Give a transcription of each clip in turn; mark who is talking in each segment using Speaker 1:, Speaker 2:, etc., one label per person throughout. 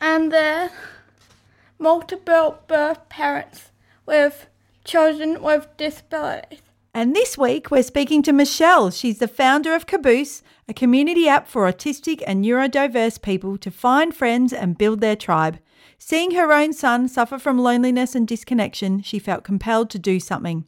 Speaker 1: and their multiple birth parents with children with disabilities.
Speaker 2: And this week, we're speaking to Michelle. She's the founder of Caboose, a community app for autistic and neurodiverse people to find friends and build their tribe. Seeing her own son suffer from loneliness and disconnection, she felt compelled to do something.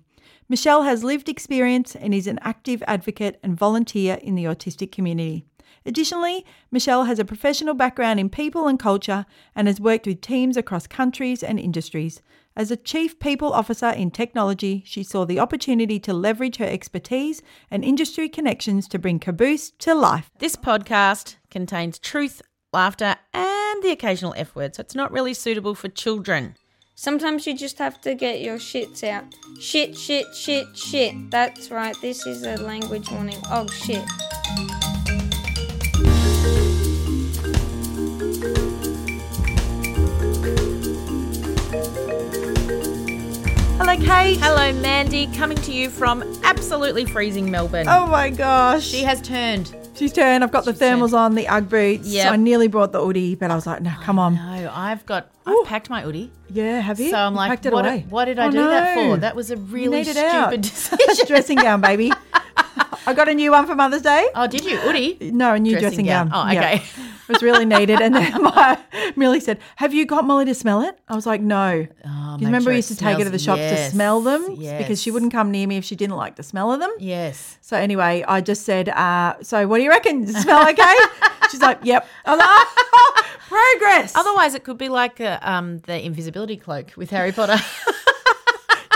Speaker 2: Michelle has lived experience and is an active advocate and volunteer in the autistic community. Additionally, Michelle has a professional background in people and culture and has worked with teams across countries and industries. As a chief people officer in technology, she saw the opportunity to leverage her expertise and industry connections to bring Caboose to life.
Speaker 3: This podcast contains truth, laughter, and the occasional F word, so it's not really suitable for children.
Speaker 4: Sometimes you just have to get your shits out. Shit, shit, shit, shit. That's right, this is a language warning. Oh shit.
Speaker 2: Hello, Kate.
Speaker 3: Hello, Mandy, coming to you from absolutely freezing Melbourne.
Speaker 2: Oh my gosh.
Speaker 3: She has turned.
Speaker 2: She's turned. I've got the thermals on, the UGG boots.
Speaker 3: Yep.
Speaker 2: I nearly brought the hoodie, but I was like, no, come on.
Speaker 3: No, I've got. I've packed my hoodie.
Speaker 2: Yeah, have you?
Speaker 3: So I'm
Speaker 2: You
Speaker 3: like,
Speaker 2: packed it
Speaker 3: what,
Speaker 2: away.
Speaker 3: what did I
Speaker 2: Oh,
Speaker 3: do that
Speaker 2: no.
Speaker 3: for? That was a
Speaker 2: You
Speaker 3: really
Speaker 2: need it
Speaker 3: stupid
Speaker 2: out.
Speaker 3: decision.
Speaker 2: dressing gown, baby. I got a new one for Mother's Day.
Speaker 3: oh, did you? Hoodie?
Speaker 2: No, a new dressing,
Speaker 3: Dressing
Speaker 2: gown.
Speaker 3: gown. Oh, okay.
Speaker 2: Yeah. It was really needed. And then my Millie said, Have you got Molly to smell it? I was like, No. Do
Speaker 3: Oh, make
Speaker 2: you remember
Speaker 3: sure
Speaker 2: we
Speaker 3: it
Speaker 2: used to take her to
Speaker 3: smells-
Speaker 2: the shop
Speaker 3: yes,
Speaker 2: to smell them?
Speaker 3: yes.
Speaker 2: Because she wouldn't come near me if she didn't like the smell of them.
Speaker 3: Yes.
Speaker 2: So anyway, I just said, uh, so what do you reckon? Does it smell okay? She's like, Yep. I was like, "Oh, progress.
Speaker 3: Otherwise, it could be like uh um, the invisibility cloak with Harry Potter.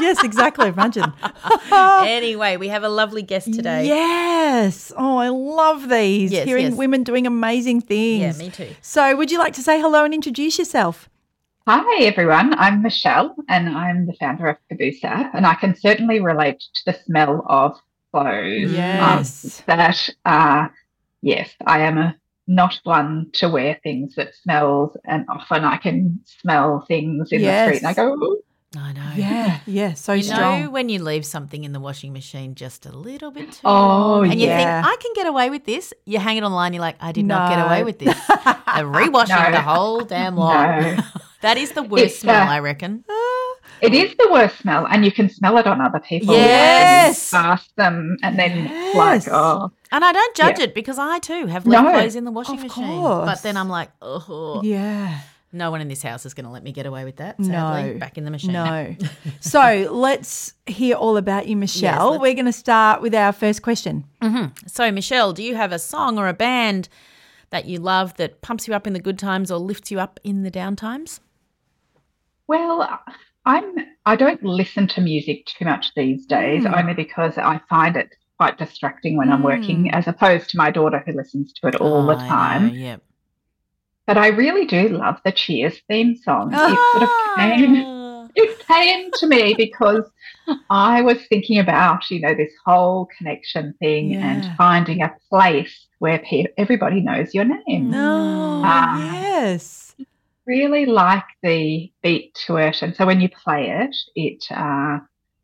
Speaker 2: yes, exactly. Imagine.
Speaker 3: anyway, we have a lovely guest today.
Speaker 2: Yes. Oh, I love these.
Speaker 3: Yes,
Speaker 2: Hearing
Speaker 3: yes.
Speaker 2: women doing amazing things.
Speaker 3: Yeah, me too.
Speaker 2: So, would you like to say hello and introduce yourself?
Speaker 5: Hi, everyone. I'm Michelle, and I'm the founder of Caboose App, and I can certainly relate to the smell of clothes.
Speaker 2: Yes.
Speaker 5: Um, that, uh, yes, I am a, not one to wear things that smells, and often I can smell things in
Speaker 2: Yes.
Speaker 5: the street, and I go, "Ooh."
Speaker 3: I know.
Speaker 2: Yeah. Yeah. So
Speaker 3: You
Speaker 2: strong.
Speaker 3: know when you leave something in the washing machine just a little bit too
Speaker 5: "Oh,
Speaker 3: long, and you
Speaker 2: yeah.
Speaker 3: think I can get away with this, you hang it online, you're like, I did not get
Speaker 2: No.
Speaker 3: away with this. I'm rewashing
Speaker 5: No.
Speaker 3: the whole damn lot.
Speaker 5: no."
Speaker 3: That is the worst
Speaker 5: It's, uh,
Speaker 3: smell, I reckon.
Speaker 5: it is the worst smell, and you can smell it on other people.
Speaker 2: Yes.
Speaker 5: And ask them, and then it's like,
Speaker 2: Yes.
Speaker 5: oh,
Speaker 3: And I don't judge
Speaker 5: yeah.
Speaker 3: it because I too have left
Speaker 5: No.
Speaker 3: clothes in the washing
Speaker 2: Of
Speaker 3: machine.
Speaker 2: course.
Speaker 3: But then I'm like, oh,
Speaker 2: yeah.
Speaker 3: no one in this house is going to let me get away with that.
Speaker 2: No.
Speaker 3: Sadly, back in the machine.
Speaker 2: No. so, let's hear all about you, Michelle.
Speaker 3: let's-
Speaker 2: We're going to start with our first question.
Speaker 3: Mm-hmm. So, Michelle, do you have a song or a band that you love that pumps you up in the good times or lifts you up in the down times?
Speaker 5: Well, uh, I'm I don't listen to music too much these days,
Speaker 3: Hmm.
Speaker 5: only because I find it quite distracting when I'm working, as opposed to my daughter who listens to it all the
Speaker 3: Hmm. Oh, I know,
Speaker 5: time.
Speaker 3: yeah.
Speaker 5: But I really do love the Cheers theme song.
Speaker 3: Oh,
Speaker 5: It sort of came it came to me because I was thinking about, you know, this whole connection thing
Speaker 2: Yeah.
Speaker 5: and finding a place where pe- everybody knows your
Speaker 3: Mm.
Speaker 5: name.
Speaker 2: No.
Speaker 5: Ah.
Speaker 2: yes.
Speaker 5: really like the beat to it, and so when you play it, it uh,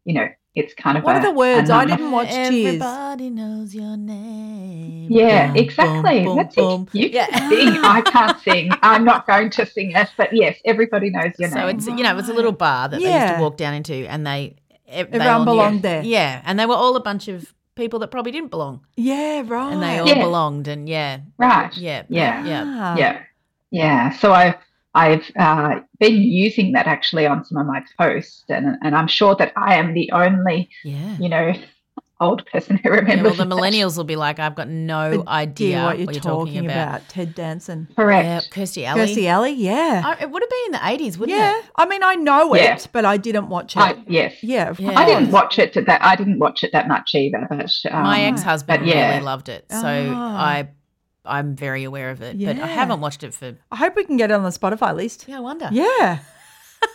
Speaker 5: you know it's kind of
Speaker 2: What
Speaker 5: a,
Speaker 2: are the words?
Speaker 5: a
Speaker 2: I
Speaker 5: nice-
Speaker 2: didn't watch Cheers.
Speaker 3: Everybody knows your name.
Speaker 5: Yeah,
Speaker 3: Boom,
Speaker 5: exactly.
Speaker 3: boom,
Speaker 5: That's
Speaker 3: boom, boom.
Speaker 5: it. You
Speaker 3: Yeah.
Speaker 5: can sing. I can't sing. I'm not going to sing it, but yes, everybody knows your
Speaker 3: So
Speaker 5: name.
Speaker 3: it's you know it's a little bar that they used
Speaker 2: Yeah.
Speaker 3: to walk down into, and they ev- they
Speaker 2: Everyone
Speaker 3: all knew-
Speaker 2: belonged there.
Speaker 3: Yeah, and they were all a bunch of people that probably didn't belong,
Speaker 2: Yeah, right.
Speaker 3: and they all
Speaker 5: Yeah.
Speaker 3: belonged, and yeah,
Speaker 5: right.
Speaker 3: yeah,
Speaker 5: Yeah.
Speaker 3: yeah.
Speaker 2: Ah.
Speaker 5: Yeah. Yeah. So I I've uh, been using that actually on some of my posts, and and I'm sure that I am the only
Speaker 3: yeah.
Speaker 5: you know old person who remembers.
Speaker 3: Yeah, well, the
Speaker 5: that.
Speaker 3: millennials will be like, I've got no idea
Speaker 2: what you're, talking, about. Ted Danson.
Speaker 3: Yeah,
Speaker 5: Correct.
Speaker 3: Kirsty Alley.
Speaker 2: Kirstie Alley, yeah.
Speaker 3: Oh, it would have been in the eighties, wouldn't
Speaker 2: yeah.
Speaker 3: it?
Speaker 2: I mean, I know
Speaker 5: Yeah.
Speaker 2: it, but I didn't watch it.
Speaker 5: I, yes.
Speaker 2: yeah, of
Speaker 3: Yeah.
Speaker 2: course.
Speaker 5: I didn't watch it that I didn't watch it that much either. But um,
Speaker 3: My ex-husband
Speaker 5: but yeah.
Speaker 3: really loved it, so
Speaker 2: Ah.
Speaker 3: I I'm very aware of it, but
Speaker 2: Yeah.
Speaker 3: I haven't watched it for.
Speaker 2: I hope we can get it on the Spotify list.
Speaker 3: Yeah, I wonder.
Speaker 2: Yeah.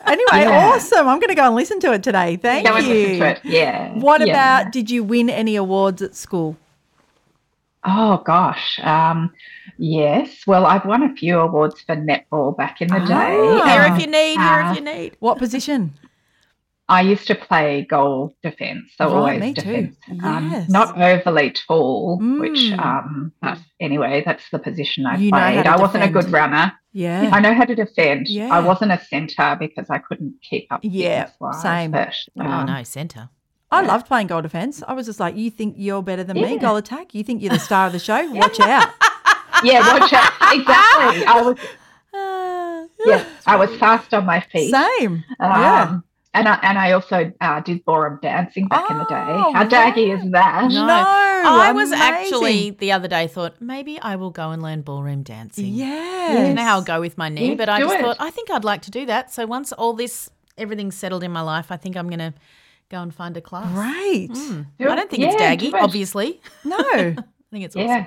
Speaker 2: Anyway,
Speaker 5: Yeah.
Speaker 2: awesome. I'm going to go and listen to it today. Thank
Speaker 5: Go and
Speaker 2: you.
Speaker 5: listen to it. Yeah.
Speaker 2: What
Speaker 5: Yeah.
Speaker 2: about did you win any awards at school?
Speaker 5: Oh gosh, um, yes. Well, I've won a few awards for netball back in the
Speaker 2: Ah.
Speaker 5: day.
Speaker 3: Here
Speaker 5: Um,
Speaker 3: if you need. Here if you need.
Speaker 2: What position?
Speaker 5: I used to play goal defence, so
Speaker 2: Right, me
Speaker 5: always
Speaker 2: too.
Speaker 5: defence. Um,
Speaker 2: Yes.
Speaker 5: Not overly tall, which,
Speaker 2: Mm.
Speaker 5: um, but anyway, that's the position I
Speaker 2: You know how
Speaker 5: played.
Speaker 2: to
Speaker 5: I wasn't a good
Speaker 2: defend.
Speaker 5: runner.
Speaker 2: Yeah.
Speaker 5: I know how to defend.
Speaker 2: Yeah.
Speaker 5: I wasn't a centre because I couldn't keep up.
Speaker 2: Yeah,
Speaker 5: fitness-wise,
Speaker 2: same.
Speaker 5: But,
Speaker 3: oh
Speaker 5: um,
Speaker 3: no, center.
Speaker 2: I loved playing goal defense. I was just like, you think you're better than me,
Speaker 5: Yeah.
Speaker 2: goal attack? You think you're the star of the show? Watch out.
Speaker 5: Yeah, watch out. Exactly. I was. Yeah, I was fast on my feet.
Speaker 2: Ah. Same.
Speaker 5: Um,
Speaker 2: yeah.
Speaker 5: And I, and I also uh, did ballroom dancing back in the day.
Speaker 2: Oh,
Speaker 5: How daggy is that?
Speaker 3: No. I was actually the other day thought maybe I will go and learn ballroom dancing.
Speaker 2: Yeah.
Speaker 3: I don't know how I'll go with my knee,
Speaker 5: Yeah,
Speaker 3: but I
Speaker 5: do
Speaker 3: just
Speaker 5: it.
Speaker 3: thought I think I'd like to do that. So once all this everything's settled in my life, I think I'm gonna go and find a class.
Speaker 2: Great.
Speaker 3: Mm.
Speaker 5: Do
Speaker 3: I
Speaker 5: it.
Speaker 3: don't think
Speaker 5: Yeah,
Speaker 3: it's
Speaker 5: do
Speaker 3: daggy,
Speaker 5: it.
Speaker 3: obviously.
Speaker 2: No.
Speaker 3: I think it's awesome.
Speaker 5: Yeah.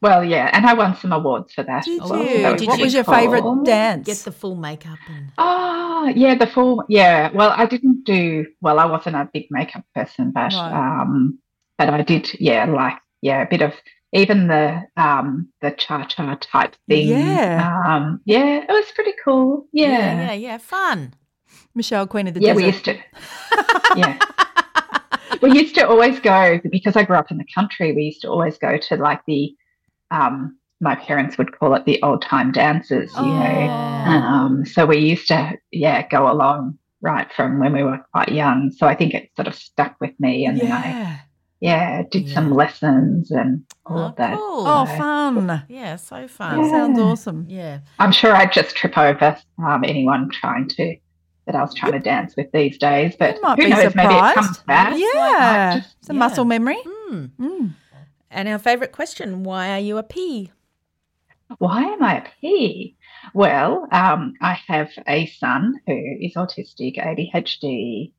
Speaker 5: Well, yeah, and I won some awards for that.
Speaker 2: Did
Speaker 5: as well,
Speaker 2: you?
Speaker 5: so it
Speaker 3: Did
Speaker 2: what
Speaker 3: you
Speaker 2: was your
Speaker 5: cool.
Speaker 2: favorite dance?
Speaker 3: Get the full makeup and
Speaker 5: Oh, yeah, the full. Yeah, well, I didn't do. Well, I wasn't a big makeup person, but
Speaker 2: Right.
Speaker 5: um, but I did. Yeah, like yeah, a bit of even the um the cha cha type thing.
Speaker 2: Yeah.
Speaker 5: Um, yeah, it was pretty cool.
Speaker 3: yeah, yeah,
Speaker 5: Yeah.
Speaker 3: yeah, fun.
Speaker 2: Michelle, Queen of the
Speaker 5: Yeah, we
Speaker 2: Desert.
Speaker 5: used to. yeah. We used to always go because I grew up in the country. We used to always go to like the, um, my parents would call it the old time dances, you
Speaker 2: Oh,
Speaker 5: know.
Speaker 2: Mm.
Speaker 3: Yeah.
Speaker 5: Um, so we used to, yeah, go along right from when we were quite young. So I think it sort of stuck with me, and then I,
Speaker 2: Yeah.
Speaker 5: yeah, did some
Speaker 3: Yeah.
Speaker 5: lessons and all
Speaker 3: Oh,
Speaker 5: of that.
Speaker 3: cool.
Speaker 2: Oh,
Speaker 5: know.
Speaker 2: fun.
Speaker 3: Yeah, so
Speaker 2: That
Speaker 3: fun. Yeah.
Speaker 2: sounds awesome.
Speaker 5: I'm sure I'd just trip over um, anyone trying to that I was trying to dance with these days, but
Speaker 2: You might
Speaker 5: who
Speaker 2: be
Speaker 5: knows? Maybe it comes
Speaker 2: surprised.
Speaker 5: back.
Speaker 2: Yeah.
Speaker 5: just-
Speaker 2: It's a
Speaker 3: yeah.
Speaker 2: muscle memory.
Speaker 3: Mm.
Speaker 2: Mm.
Speaker 3: And our favorite question, why are you a pea?
Speaker 5: Why am I a P? Well, um, I have a son who is autistic, ADHD,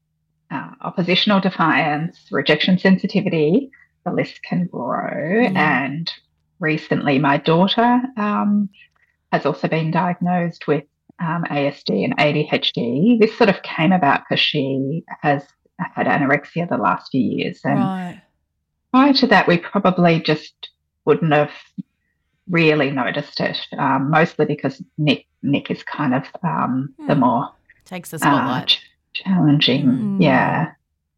Speaker 5: uh, oppositional defiance, rejection sensitivity. The list can grow.
Speaker 3: Yeah.
Speaker 5: And recently, my daughter um, has also been diagnosed with um, ASD and ADHD. This sort of came about because she has had anorexia the last few years and
Speaker 2: Right.
Speaker 5: prior to that, we probably just wouldn't have really noticed it, um, mostly because Nick Nick is kind of um, the
Speaker 3: Hmm.
Speaker 5: more
Speaker 3: Takes the
Speaker 5: uh,
Speaker 3: spotlight. Hmm.
Speaker 5: ch- challenging,
Speaker 2: Mm.
Speaker 5: yeah.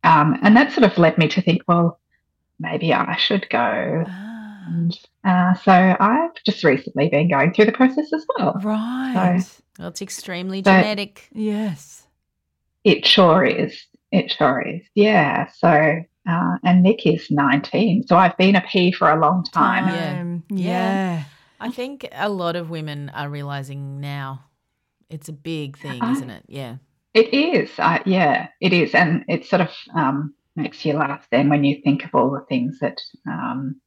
Speaker 5: Um, and that sort of led me to think, well, maybe I should go.
Speaker 2: Ah,
Speaker 5: And uh, so I've just recently been going through the process as well.
Speaker 2: right.
Speaker 3: well, it's extremely
Speaker 5: But-
Speaker 3: genetic.
Speaker 2: Yes.
Speaker 5: It sure is. It sure is. Yeah. So. Uh, and Nick is 19, so I've been a P for a long time.
Speaker 2: Time.
Speaker 3: Yeah.
Speaker 2: Yeah.
Speaker 3: I think a lot of women are realizing now it's a big thing,
Speaker 5: I-
Speaker 3: isn't it? Yeah.
Speaker 5: It is, I yeah, it is, and it sort of um, makes you laugh then when you think of all the things that um,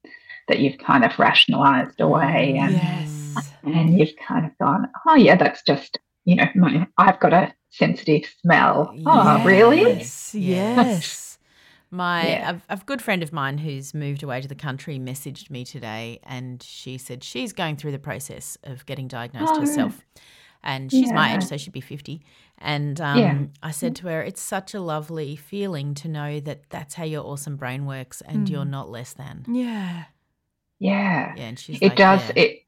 Speaker 5: that you've kind of rationalised
Speaker 3: Mm,
Speaker 5: away, and
Speaker 2: Yes.
Speaker 5: and you've kind of gone, oh yeah, that's just you know, my I've got a sensitive smell. Oh really?
Speaker 2: Yes.
Speaker 3: Yes. My
Speaker 5: Yeah.
Speaker 3: a, a good friend of mine who's moved away to the country messaged me today and she said she's going through the process of getting diagnosed
Speaker 5: Oh,
Speaker 3: herself. And she's my
Speaker 5: Yeah.
Speaker 3: age, so she'd be 50. And um,
Speaker 5: Yeah.
Speaker 3: I said to her, It's such a lovely feeling to know that that's how your awesome brain works
Speaker 5: Hmm.
Speaker 3: and you're not less than.
Speaker 2: Yeah.
Speaker 5: Yeah,
Speaker 3: Yeah. And she's
Speaker 5: Mm. it
Speaker 3: like,
Speaker 5: does.
Speaker 3: "Yeah."
Speaker 5: It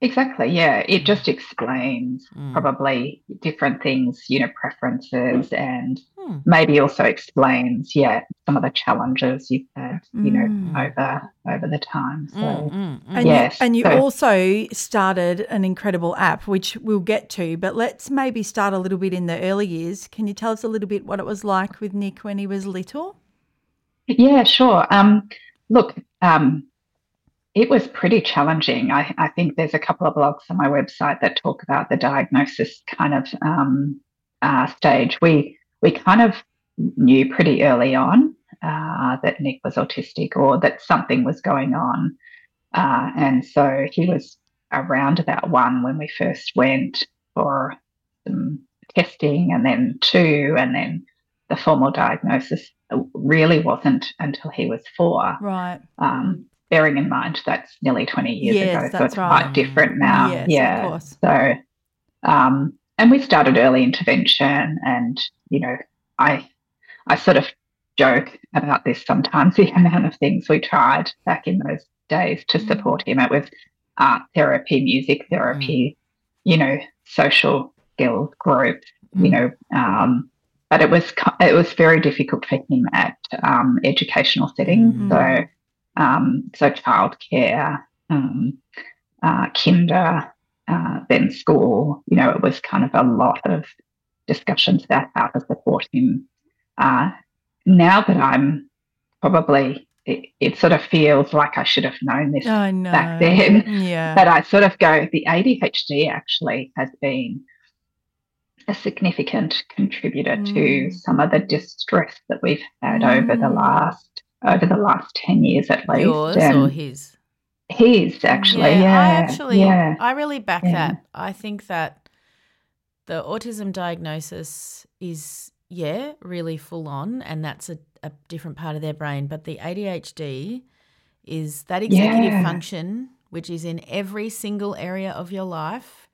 Speaker 5: exactly. Yeah, it just explains
Speaker 3: Mm.
Speaker 5: probably different things, you know, preferences and
Speaker 3: Hmm.
Speaker 5: maybe also explains, yeah, some of the challenges you've had, you know,
Speaker 2: Mm.
Speaker 3: Hmm.
Speaker 5: over over the time. So
Speaker 3: Mm, mm, mm.
Speaker 2: And
Speaker 5: Yes,
Speaker 2: you, and you
Speaker 5: so-
Speaker 2: also started an incredible app, which we'll get to, but let's maybe start a little bit in the early years. Can you tell us a little bit what it was like with Nick when he was little?
Speaker 5: yeah, sure. Um look, um it was pretty challenging. I, I think there's a couple of blogs on my website that talk about the diagnosis kind of um, uh, stage. We we kind of knew pretty early on uh, that Nick was autistic or that something was going on, uh, and so he was around about one when we first went for some testing, and then two, and then the formal diagnosis really wasn't until he was four.
Speaker 2: Right.
Speaker 5: Um, bearing in mind that's nearly 20 years
Speaker 2: Yes,
Speaker 5: ago, so
Speaker 2: that's
Speaker 5: it's
Speaker 2: right.
Speaker 5: quite different now.
Speaker 2: Yes, of
Speaker 5: yeah.
Speaker 2: course.
Speaker 5: So, um, and we started early intervention, and you know, I, I sort of joke about this sometimes. The amount of things we tried back in those days to
Speaker 2: Mm.
Speaker 5: support him. It was art therapy, music therapy,
Speaker 2: Mm.
Speaker 5: you know, social skills groups,
Speaker 3: Mm.
Speaker 5: you know. Um, but it was co- it was very difficult for him at um, educational settings,
Speaker 2: Mm.
Speaker 5: so um, so childcare, um, uh, kinder, uh, then school. You know, it was kind of a lot of discussions about how to support him. Uh, now that I'm probably, it, it sort of feels like I should have known this
Speaker 2: I know.
Speaker 5: back then.
Speaker 2: Yeah.
Speaker 5: But I sort of go, the ADHD actually has been a significant contributor to
Speaker 2: Mm.
Speaker 5: some of the distress that we've had over the
Speaker 2: Mm.
Speaker 5: last over the last ten years at least.
Speaker 3: Yours or
Speaker 5: and
Speaker 3: his?
Speaker 5: his actually, yeah.
Speaker 3: I actually,
Speaker 5: yeah.
Speaker 3: I really back
Speaker 5: Yeah.
Speaker 3: that. I think that the autism diagnosis is, yeah, really full on, and that's a, a different part of their brain. But the ADHD is that executive
Speaker 5: Yeah.
Speaker 3: function, which is in every single area of your life,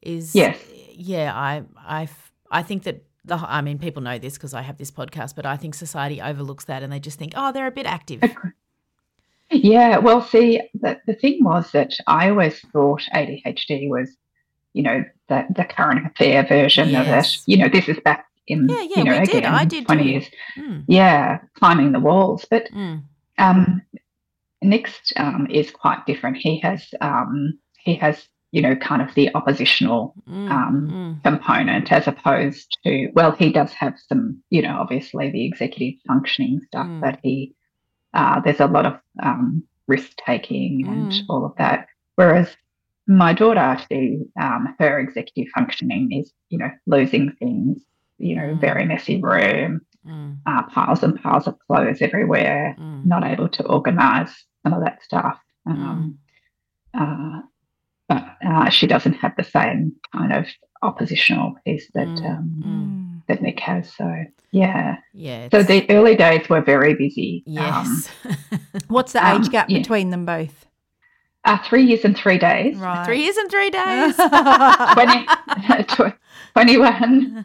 Speaker 3: is
Speaker 5: Yes.
Speaker 3: yeah. I I f- I think that. The, I mean, people know this because I have this podcast, but I think society overlooks that and they just think, oh, they're a bit active.
Speaker 5: Yeah, well, see, the, the thing was that I always thought ADHD was, you know, the, the current affair version of it.
Speaker 3: Yes.
Speaker 5: You know, this is back in,
Speaker 3: Yeah, yeah,
Speaker 5: you know,
Speaker 3: we did.
Speaker 5: again,
Speaker 3: I did
Speaker 5: 20
Speaker 3: too.
Speaker 5: years.
Speaker 3: Mm,
Speaker 5: Yeah, climbing the walls. But
Speaker 3: mm.
Speaker 5: um, next um, is quite different. He has, um, he has, you know, kind of the oppositional
Speaker 3: Mm,
Speaker 5: Um, component as opposed to well he does have some you know obviously the executive functioning stuff
Speaker 3: Mm.
Speaker 5: but he uh, there's a lot of um, risk taking and
Speaker 3: Mm.
Speaker 5: all of that whereas my daughter she um, her executive functioning is you know losing things you know
Speaker 3: Mm.
Speaker 5: very messy room
Speaker 3: mm,
Speaker 5: uh, piles and piles of clothes everywhere
Speaker 3: mm,
Speaker 5: not able to organize some of that stuff um,
Speaker 3: Mm.
Speaker 5: uh, but uh, she doesn't have the same kind of oppositional piece that
Speaker 3: Mm.
Speaker 5: um,
Speaker 2: Mm.
Speaker 5: that Nick has. So yeah.
Speaker 3: Yeah.
Speaker 5: So
Speaker 3: it's-
Speaker 5: the early days were very busy. um,
Speaker 3: Yes.
Speaker 2: What's the age
Speaker 5: Um,
Speaker 2: gap
Speaker 5: yeah.
Speaker 2: between them both?
Speaker 5: uh, three years and three days.
Speaker 2: Right.
Speaker 3: three years and three days.
Speaker 5: 20, tw- 21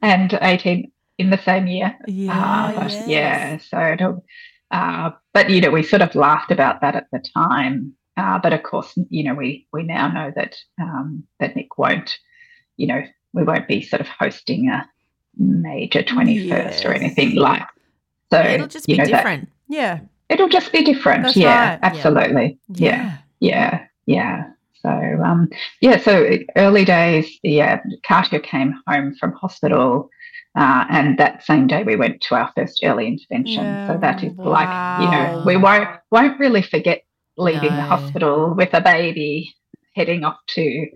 Speaker 5: and 18 in the same year.
Speaker 2: yeah.
Speaker 5: Uh, but
Speaker 3: yes.
Speaker 5: Yeah. So, it'll- uh, but you know, we sort of laughed about that at the time. Uh, but of course, you know, we we now know that um, that Nick won't, you know, we won't be sort of hosting a major twenty first or
Speaker 2: Yes.
Speaker 5: anything like. So
Speaker 3: It'll just be
Speaker 5: you know, that-
Speaker 3: different.
Speaker 2: Yeah.
Speaker 5: it'll just be different.
Speaker 2: That's
Speaker 5: yeah,
Speaker 2: right.
Speaker 3: Yeah.
Speaker 5: absolutely. yeah yeah yeah so um yeah so early days yeah Katia came home from hospital uh, and that same day we went to our first early intervention
Speaker 2: Yeah,
Speaker 5: so that is like you know
Speaker 3: wow.
Speaker 5: we won't won't really forget leaving
Speaker 3: No.
Speaker 5: the hospital with a baby heading off to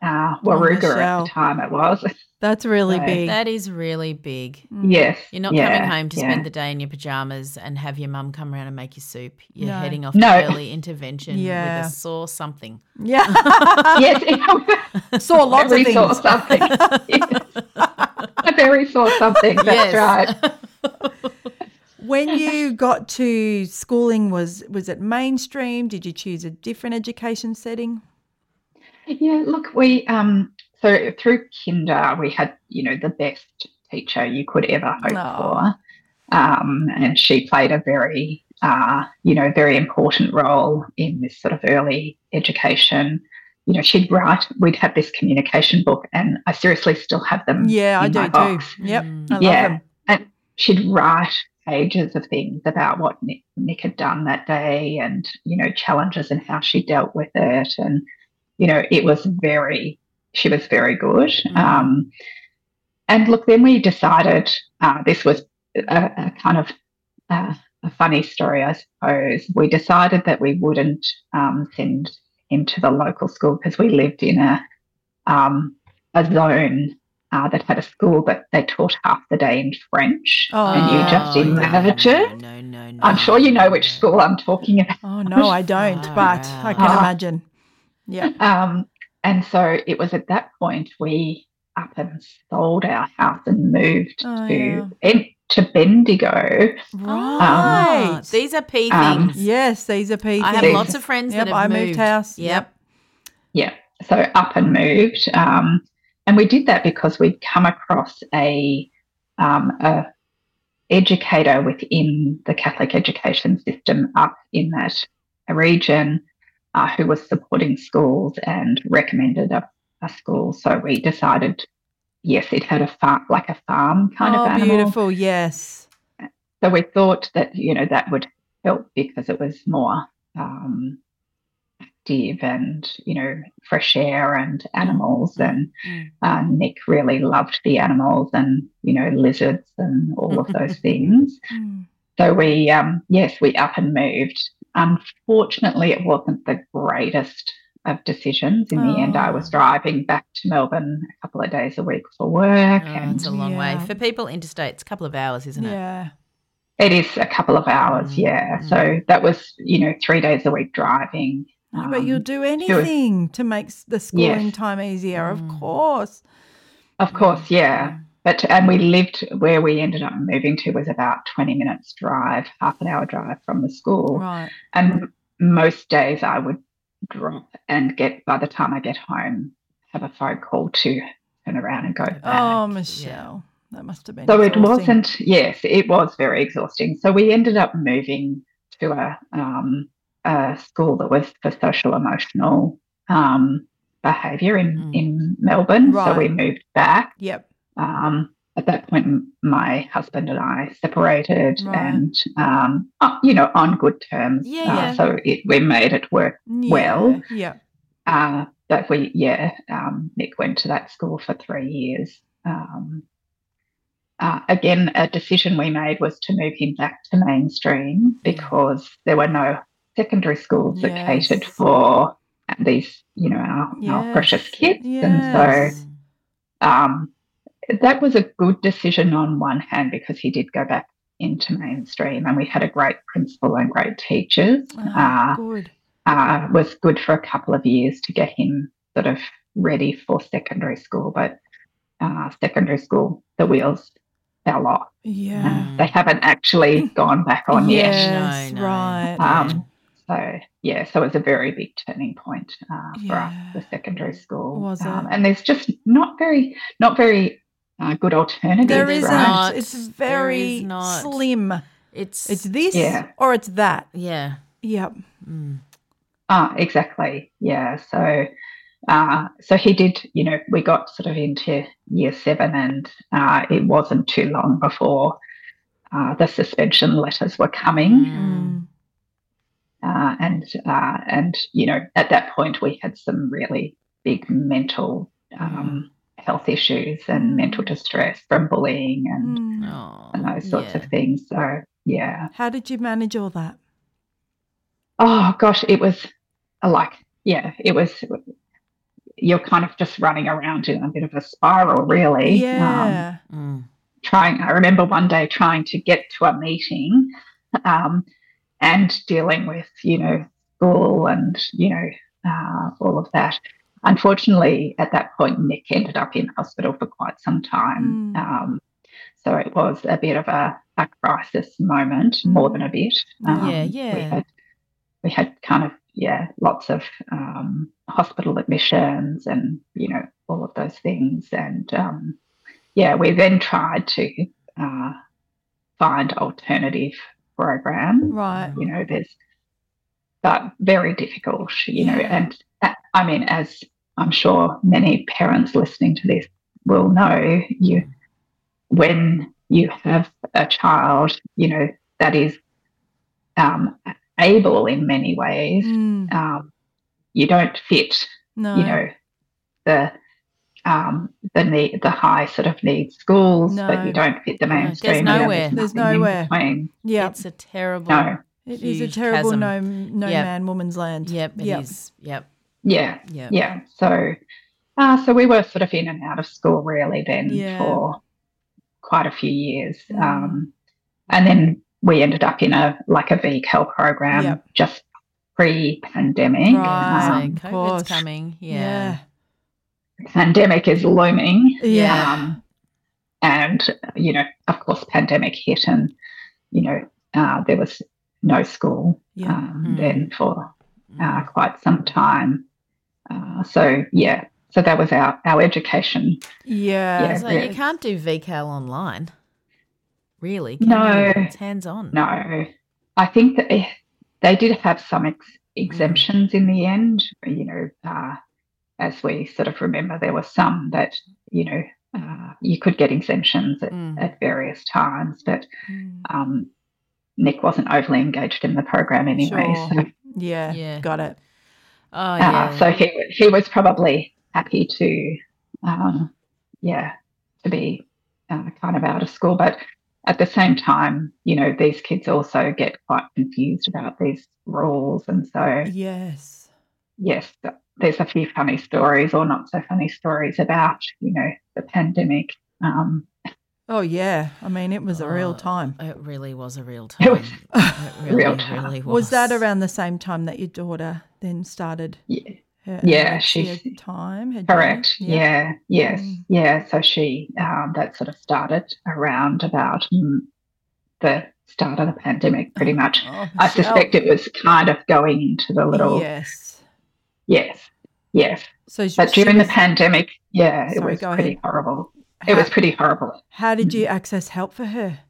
Speaker 5: uh, Waruga at
Speaker 2: Michelle.
Speaker 5: the time it was
Speaker 2: That's really
Speaker 5: So-
Speaker 2: big.
Speaker 3: That is really big.
Speaker 2: Mm.
Speaker 5: yes
Speaker 3: You're not
Speaker 5: yeah,
Speaker 3: coming home to
Speaker 5: yeah.
Speaker 3: spend the day in your pajamas and have your mum come around and make you soup. You're
Speaker 2: No.
Speaker 3: heading off
Speaker 5: No.
Speaker 3: to early intervention
Speaker 2: Yeah.
Speaker 3: with a sore something.
Speaker 2: Yeah.
Speaker 5: yes
Speaker 2: Saw lots of
Speaker 5: Very
Speaker 2: things.
Speaker 5: sore something. a very sore something that's
Speaker 3: yes.
Speaker 5: right
Speaker 2: When you got to schooling, was was it mainstream? Did you choose a different education setting?
Speaker 5: Yeah, look, we um so through kinder we had, you know, the best teacher you could ever hope
Speaker 2: Aw.
Speaker 5: for. Um, and she played a very uh, you know, very important role in this sort of early education. You know, she'd write, we'd have this communication book and I seriously still have them.
Speaker 2: Yeah, I
Speaker 5: in my
Speaker 2: do
Speaker 5: box.
Speaker 2: too. Yep,
Speaker 3: Mm.
Speaker 2: I love
Speaker 5: Yeah.
Speaker 2: them.
Speaker 5: She'd write pages of things about what Nick, Nick had done that day and, you know, challenges and how she dealt with it and you know, it was very, she was very good.
Speaker 2: Mm.
Speaker 5: Um, and look, then we decided uh, this was a, a kind of uh, a funny story, I suppose. We decided that we wouldn't um, send him to the local school because we lived in a um, a zone uh, that had a school, but they taught half the day in French.
Speaker 2: Oh,
Speaker 5: and you just
Speaker 3: Oh,
Speaker 5: imagine.
Speaker 3: No, no, no, no.
Speaker 5: I'm sure you know which
Speaker 3: no.
Speaker 5: school I'm talking about.
Speaker 2: Oh no, I don't,
Speaker 3: Oh,
Speaker 2: but I can
Speaker 5: wow.
Speaker 2: imagine. Yeah.
Speaker 5: Um, and so it was at that point we up and sold our house and moved
Speaker 2: Oh,
Speaker 5: to
Speaker 2: yeah.
Speaker 5: em- to Bendigo.
Speaker 2: Right.
Speaker 3: Oh. These are P
Speaker 5: Um,
Speaker 3: things.
Speaker 2: yes, these are people.
Speaker 3: I have
Speaker 5: things.
Speaker 3: lots of friends
Speaker 2: Yep,
Speaker 3: that have
Speaker 2: I moved
Speaker 3: moved.
Speaker 2: house.
Speaker 3: Yep.
Speaker 5: Yeah, so up and moved. Um, and we did that because we'd come across a, um, a educator within the Catholic education system up in that region uh, who was supporting schools and recommended a, a school. So we decided, yes, it had a farm, like a farm kind
Speaker 2: oh,
Speaker 5: of animal.
Speaker 2: beautiful. Yes.
Speaker 5: So we thought that you know that would help because it was more um, active and you know fresh air and animals and
Speaker 3: Mm.
Speaker 5: uh, Nick really loved the animals and you know lizards and all of those things.
Speaker 2: Mm.
Speaker 5: So we um, yes we up and moved. Unfortunately, it wasn't the greatest of decisions. In the end, I was
Speaker 3: Oh.
Speaker 5: driving back to Melbourne a couple of days a week for work
Speaker 3: Oh,
Speaker 5: and
Speaker 3: it's a long
Speaker 2: Yeah.
Speaker 3: way. For people interstate, it's a couple of hours, isn't it?
Speaker 2: Yeah.
Speaker 5: It is a couple of hours,
Speaker 3: Mm,
Speaker 5: yeah.
Speaker 3: mm.
Speaker 5: So that was, you know, three days a week driving.
Speaker 2: No, but you'll
Speaker 5: Um,
Speaker 2: do anything to make s- the schooling time easier, of
Speaker 3: Mm.
Speaker 2: course.
Speaker 5: of course, yeah. But and we lived where we ended up moving to was about twenty minutes drive, half an hour drive from the school.
Speaker 2: Right.
Speaker 5: And m- most days I would drop and get by the time I get home, have a phone call to turn around and go back.
Speaker 2: Oh, Michelle. That must have been.
Speaker 5: So it
Speaker 2: exhausting.
Speaker 5: wasn't, yes, it was very exhausting. So we ended up moving to a, um, a school that was for social emotional um, behaviour in,
Speaker 3: Mm.
Speaker 5: in Melbourne. So we
Speaker 2: Hmm. Right.
Speaker 5: moved back.
Speaker 2: Yep.
Speaker 5: Um, at that point, m- my husband and I separated
Speaker 2: Right.
Speaker 5: and, um, uh, you know, on good terms.
Speaker 3: Yeah,
Speaker 5: Uh,
Speaker 3: yeah.
Speaker 5: So it, we made it work. Well,
Speaker 2: Yeah, Yep.
Speaker 5: Uh, but we, yeah, um, Nick went to that school for three years. Um, uh, again, a decision we made was to move him back to mainstream
Speaker 3: Yeah.
Speaker 5: because there were no secondary schools that catered
Speaker 2: Yes.
Speaker 5: for these, you know, our, our precious kids. And
Speaker 2: Yes.
Speaker 5: so um, that was a good decision on one hand because he did go back into mainstream and we had a great principal and great teachers.
Speaker 2: Oh,
Speaker 5: Uh,
Speaker 2: good.
Speaker 5: uh, was good for a couple of years to get him sort of ready for secondary school, but uh, secondary school, the wheels fell off.
Speaker 2: Yeah. Oh,
Speaker 5: and They haven't actually gone back on yet.
Speaker 2: Yes.
Speaker 3: No, no.
Speaker 2: Right.
Speaker 5: Um, so, yeah, so it was a very big turning point uh, for us,
Speaker 2: Yeah.
Speaker 5: the secondary school.
Speaker 2: Was
Speaker 5: Um,
Speaker 2: it?
Speaker 5: and there's just not very, not very uh, good alternatives.
Speaker 2: There
Speaker 3: is
Speaker 2: isn't.
Speaker 5: right?
Speaker 3: not.
Speaker 2: It's
Speaker 3: There
Speaker 2: very
Speaker 3: is not.
Speaker 2: slim.
Speaker 3: It's,
Speaker 2: It's this
Speaker 5: Yeah.
Speaker 2: or it's that.
Speaker 3: yeah.
Speaker 2: Yep.
Speaker 3: Mm.
Speaker 5: Ah, exactly. Yeah. So, uh, so he did. You know, we got sort of into year seven, and uh, it wasn't too long before uh, the suspension letters were coming.
Speaker 3: Mm.
Speaker 5: Uh, and uh, and you know, at that point, we had some really big mental
Speaker 3: Mm.
Speaker 5: um, health issues and mental distress from bullying and,
Speaker 2: Mm.
Speaker 3: Oh,
Speaker 5: and those sorts
Speaker 3: yeah.
Speaker 5: of things. So, yeah.
Speaker 2: How did you manage all that?
Speaker 5: oh gosh, it was uh, like, yeah, it was, you're kind of just running around in a bit of a spiral, really. Um,
Speaker 2: Yeah.
Speaker 3: Mm.
Speaker 5: trying, I remember one day trying to get to a meeting um, and dealing with, you know, school and, you know, uh, all of that. Unfortunately, at that point, Nick ended up in hospital for quite some time.
Speaker 2: Mm.
Speaker 5: Um, so it was a bit of a, a crisis moment, more than a bit. Um,
Speaker 3: Yeah,
Speaker 5: We
Speaker 3: yeah.
Speaker 5: had, we had kind of, yeah, lots of um, hospital admissions and, you know, all of those things. And um, yeah, we then tried to uh, find alternative programs
Speaker 2: Right.
Speaker 5: you know there's but very difficult you know
Speaker 2: Yeah.
Speaker 5: and uh, i mean as i'm sure many parents listening to this will know you
Speaker 2: Mm.
Speaker 5: when you have a child you know that is um, able in many ways
Speaker 2: Mm.
Speaker 5: um, you don't fit
Speaker 2: No.
Speaker 5: you know the um, the need, the high sort of need schools, but
Speaker 2: No.
Speaker 5: you don't fit the
Speaker 3: No, there's
Speaker 5: mainstream. you know,
Speaker 3: nowhere.
Speaker 2: There's
Speaker 5: nothing in
Speaker 2: nowhere.
Speaker 5: between.
Speaker 2: yeah.
Speaker 3: It's a terrible.
Speaker 5: No,
Speaker 2: It is a
Speaker 3: huge
Speaker 2: terrible
Speaker 3: chasm.
Speaker 2: no no
Speaker 3: Yep.
Speaker 2: man woman's land.
Speaker 3: Yep, it is.
Speaker 2: Yep.
Speaker 3: Yep,
Speaker 5: yeah,
Speaker 3: yep.
Speaker 5: yeah so uh, so we were sort of in and out of school really then
Speaker 2: Yeah.
Speaker 5: for quite a few years
Speaker 2: Mm.
Speaker 5: um, and then we ended up in a like a vcal program
Speaker 2: Yep.
Speaker 5: just pre-pandemic
Speaker 2: Right.
Speaker 5: um,
Speaker 2: of
Speaker 3: so COVID's Mm.
Speaker 2: course.
Speaker 3: coming. Yeah.
Speaker 5: pandemic is looming
Speaker 2: Yeah.
Speaker 5: um, and you know, of course, pandemic hit, and you know, uh, there was no school
Speaker 2: Yeah.
Speaker 5: um,
Speaker 3: Mm.
Speaker 5: then for uh,
Speaker 3: Mm.
Speaker 5: quite some time. Uh, so yeah, so that was our our education.
Speaker 2: Yeah.
Speaker 5: Yeah.
Speaker 3: It's like you can't do VCAL online, really. can
Speaker 5: No.
Speaker 3: you? It's hands on.
Speaker 5: No, I think that eh, they did have some ex- exemptions in the end. You know, uh, as we sort of remember, there were some that you know uh, you could get exemptions at,
Speaker 3: Mm.
Speaker 5: at various times, but um, Nick wasn't overly engaged in the program anyway.
Speaker 2: Sure.
Speaker 5: So,
Speaker 2: Yeah.
Speaker 3: Yeah.
Speaker 2: Got it.
Speaker 3: Oh,
Speaker 5: uh,
Speaker 3: yeah.
Speaker 5: so he he was probably happy to, um, yeah, to be uh, kind of out of school. But at the same time, you know, these kids also get quite confused about these rules, and so
Speaker 2: Yes.
Speaker 5: yes, th- there's a few funny stories or not so funny stories about you know the pandemic. Um,
Speaker 2: Oh yeah. I mean, it was a real
Speaker 3: Oh,
Speaker 2: time.
Speaker 3: It really was a real
Speaker 5: It
Speaker 3: time.
Speaker 5: was-
Speaker 3: It really,
Speaker 5: Real time.
Speaker 3: really was.
Speaker 2: Was that around the same time that your daughter then started
Speaker 5: yeah.
Speaker 2: her
Speaker 5: Yeah,
Speaker 2: anorexia
Speaker 5: she's-
Speaker 2: time? her
Speaker 5: Correct.
Speaker 2: journey?
Speaker 5: Yeah. Yes.
Speaker 2: Mm.
Speaker 5: Yeah. So she um, that sort of started around about mm, the start of the pandemic, pretty much.
Speaker 2: Oh,
Speaker 5: I
Speaker 2: Michelle.
Speaker 5: suspect it was kind of going into the little
Speaker 2: Yes.
Speaker 5: yes, yes.
Speaker 2: So she,
Speaker 5: But
Speaker 2: she
Speaker 5: during
Speaker 2: was-
Speaker 5: the pandemic, yeah, it
Speaker 2: Sorry,
Speaker 5: was
Speaker 2: go
Speaker 5: pretty
Speaker 2: ahead. Uh-huh.
Speaker 5: horrible.
Speaker 2: how,
Speaker 5: It was Mm. pretty horrible.
Speaker 2: how did you access help for her?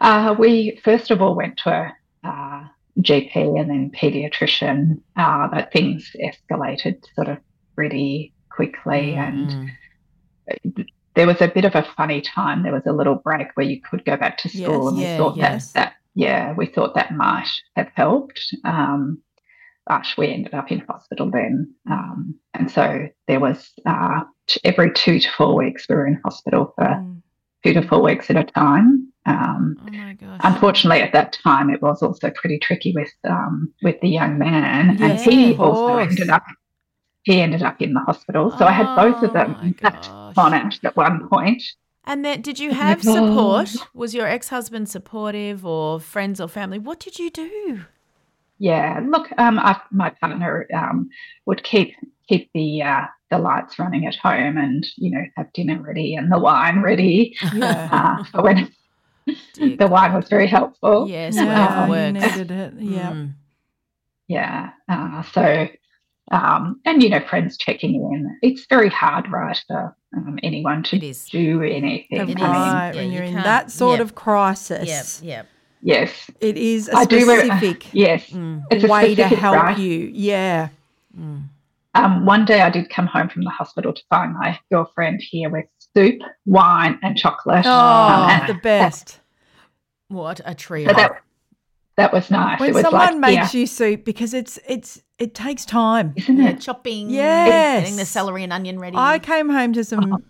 Speaker 5: Uh, we first of all went to a uh, GP and then pediatrician, uh, but things escalated sort of pretty quickly and
Speaker 3: Mm.
Speaker 5: there was a bit of a funny time. There was a little break where you could go back to
Speaker 2: Yes,
Speaker 5: school, and
Speaker 3: yeah,
Speaker 5: we thought
Speaker 3: yes.
Speaker 5: that that yeah, we thought that might have helped. Um, but we ended up in hospital then, um, and so there was uh, t- every two to four weeks we were in hospital for
Speaker 2: Mm.
Speaker 5: two to four weeks at a time. Um,
Speaker 3: Oh my gosh.
Speaker 5: unfortunately, at that time, it was also pretty tricky with um, with the young man,
Speaker 2: Yes,
Speaker 5: and he
Speaker 2: of
Speaker 5: also
Speaker 2: course.
Speaker 5: ended up he ended up in the hospital. So I had both of
Speaker 3: Oh
Speaker 5: them
Speaker 3: my
Speaker 5: at
Speaker 3: gosh.
Speaker 5: Monash at one point.
Speaker 3: And then, did you
Speaker 5: Oh my
Speaker 3: have
Speaker 5: God.
Speaker 3: support? Was your ex-husband supportive, or friends or family? What did you do?
Speaker 5: Yeah, look, um, I, my partner um, would keep keep the uh, the lights running at home, and you know have dinner ready and the wine ready.
Speaker 2: Yeah.
Speaker 5: Uh, for when
Speaker 3: Dear
Speaker 5: the wine
Speaker 3: God.
Speaker 5: was very helpful.
Speaker 3: Yes,
Speaker 2: yeah, Oh,
Speaker 5: um,
Speaker 3: whatever
Speaker 2: you
Speaker 3: works.
Speaker 2: needed it. Yeah.
Speaker 3: Mm.
Speaker 5: Yeah. Uh, so, um, and you know, friends checking in. It's very hard, right, for um, anyone to
Speaker 3: It is.
Speaker 5: do anything.
Speaker 3: It
Speaker 5: Um, I
Speaker 3: is.
Speaker 5: mean,
Speaker 2: Right,
Speaker 3: Yeah,
Speaker 2: when
Speaker 3: you
Speaker 2: you're in
Speaker 3: can't-
Speaker 2: that sort
Speaker 3: yeah.
Speaker 2: of crisis,
Speaker 3: Yep, yep.
Speaker 5: yes,
Speaker 2: it is a
Speaker 5: I do. re-
Speaker 2: specific
Speaker 5: yes,
Speaker 3: Mm,
Speaker 5: it's a
Speaker 2: way to
Speaker 5: specific
Speaker 2: help
Speaker 5: right.
Speaker 2: you. Yeah.
Speaker 3: mm.
Speaker 5: Um, one day I did come home from the hospital to find my girlfriend here with soup, wine, and chocolate.
Speaker 2: Oh,
Speaker 5: Um, and
Speaker 2: the best.
Speaker 3: What a trio!
Speaker 5: So that that was nice.
Speaker 2: When
Speaker 5: it was
Speaker 2: someone
Speaker 5: like,
Speaker 2: makes you soup, because it's it's it takes time.
Speaker 5: yeah, isn't
Speaker 3: yeah,
Speaker 5: it?
Speaker 3: chopping.
Speaker 2: Yes.
Speaker 3: Getting the celery and onion ready.
Speaker 2: I came home to
Speaker 5: Uh-huh.
Speaker 2: some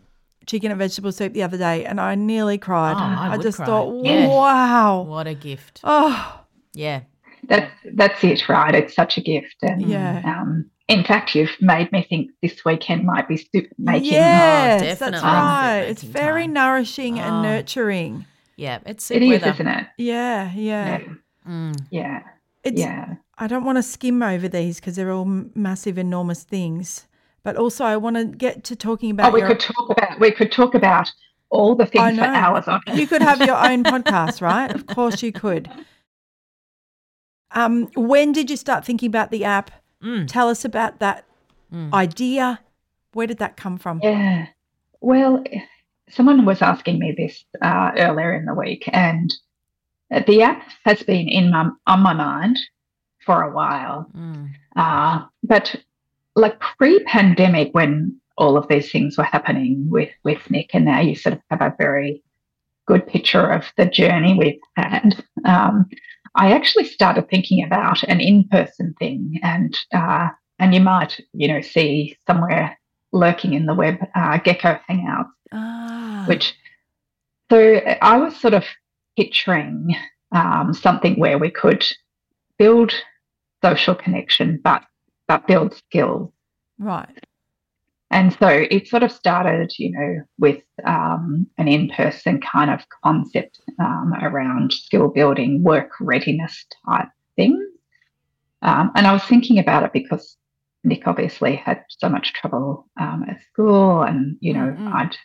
Speaker 2: chicken and vegetable soup the other day, and I nearly cried.
Speaker 3: Oh, I
Speaker 2: I,
Speaker 3: would
Speaker 2: just
Speaker 3: cry.
Speaker 2: thought,
Speaker 3: Yeah.
Speaker 2: wow.
Speaker 3: What a gift!
Speaker 2: Oh,
Speaker 3: Yeah.
Speaker 5: That's that's it, right? It's such a gift. And
Speaker 2: Yeah.
Speaker 5: um, in fact, you've made me think this weekend might be soup making.
Speaker 2: yes,
Speaker 3: definitely
Speaker 2: that's
Speaker 3: soup
Speaker 2: right.
Speaker 3: making
Speaker 2: It's very
Speaker 3: time.
Speaker 2: nourishing
Speaker 3: Oh.
Speaker 2: and nurturing.
Speaker 3: Yeah, it's
Speaker 5: It
Speaker 3: sick
Speaker 5: is,
Speaker 3: weather.
Speaker 5: isn't it?
Speaker 2: Yeah, yeah.
Speaker 5: Yeah,
Speaker 3: Mm.
Speaker 5: yeah,
Speaker 2: It's,
Speaker 5: yeah.
Speaker 2: I don't want to skim over these because they're all m- massive, enormous things. But also, I want to get to talking about
Speaker 5: Oh, we
Speaker 2: your.
Speaker 5: could talk about we could talk about all the
Speaker 2: I
Speaker 5: things for
Speaker 2: know.
Speaker 5: hours on.
Speaker 2: you could have your own podcast, right? Of course, you could. Um, when did you start thinking about the app?
Speaker 3: Mm.
Speaker 2: Tell us about that
Speaker 3: Mm.
Speaker 2: idea. Where did that come from?
Speaker 5: Yeah. Well, someone was asking me this uh, earlier in the week, and the app has been in my on my mind for a while.
Speaker 3: Mm.
Speaker 5: Uh, but like pre-pandemic, when all of these things were happening with with Nick, and now you sort of have a very good picture of the journey we've had. Um, I actually started thinking about an in-person thing, and uh, and you might you know see somewhere lurking in the web uh, gecko hangouts,
Speaker 2: Ah,
Speaker 5: which so I was sort of picturing um, something where we could build social connection, but but build skills.
Speaker 2: right.
Speaker 5: And so it sort of started, you know, with um, an in person kind of concept um, around skill building, work readiness type thing. Um, and I was thinking about it because Nick obviously had so much trouble um, at school, and, you know,
Speaker 3: Mm, mm.
Speaker 5: I'd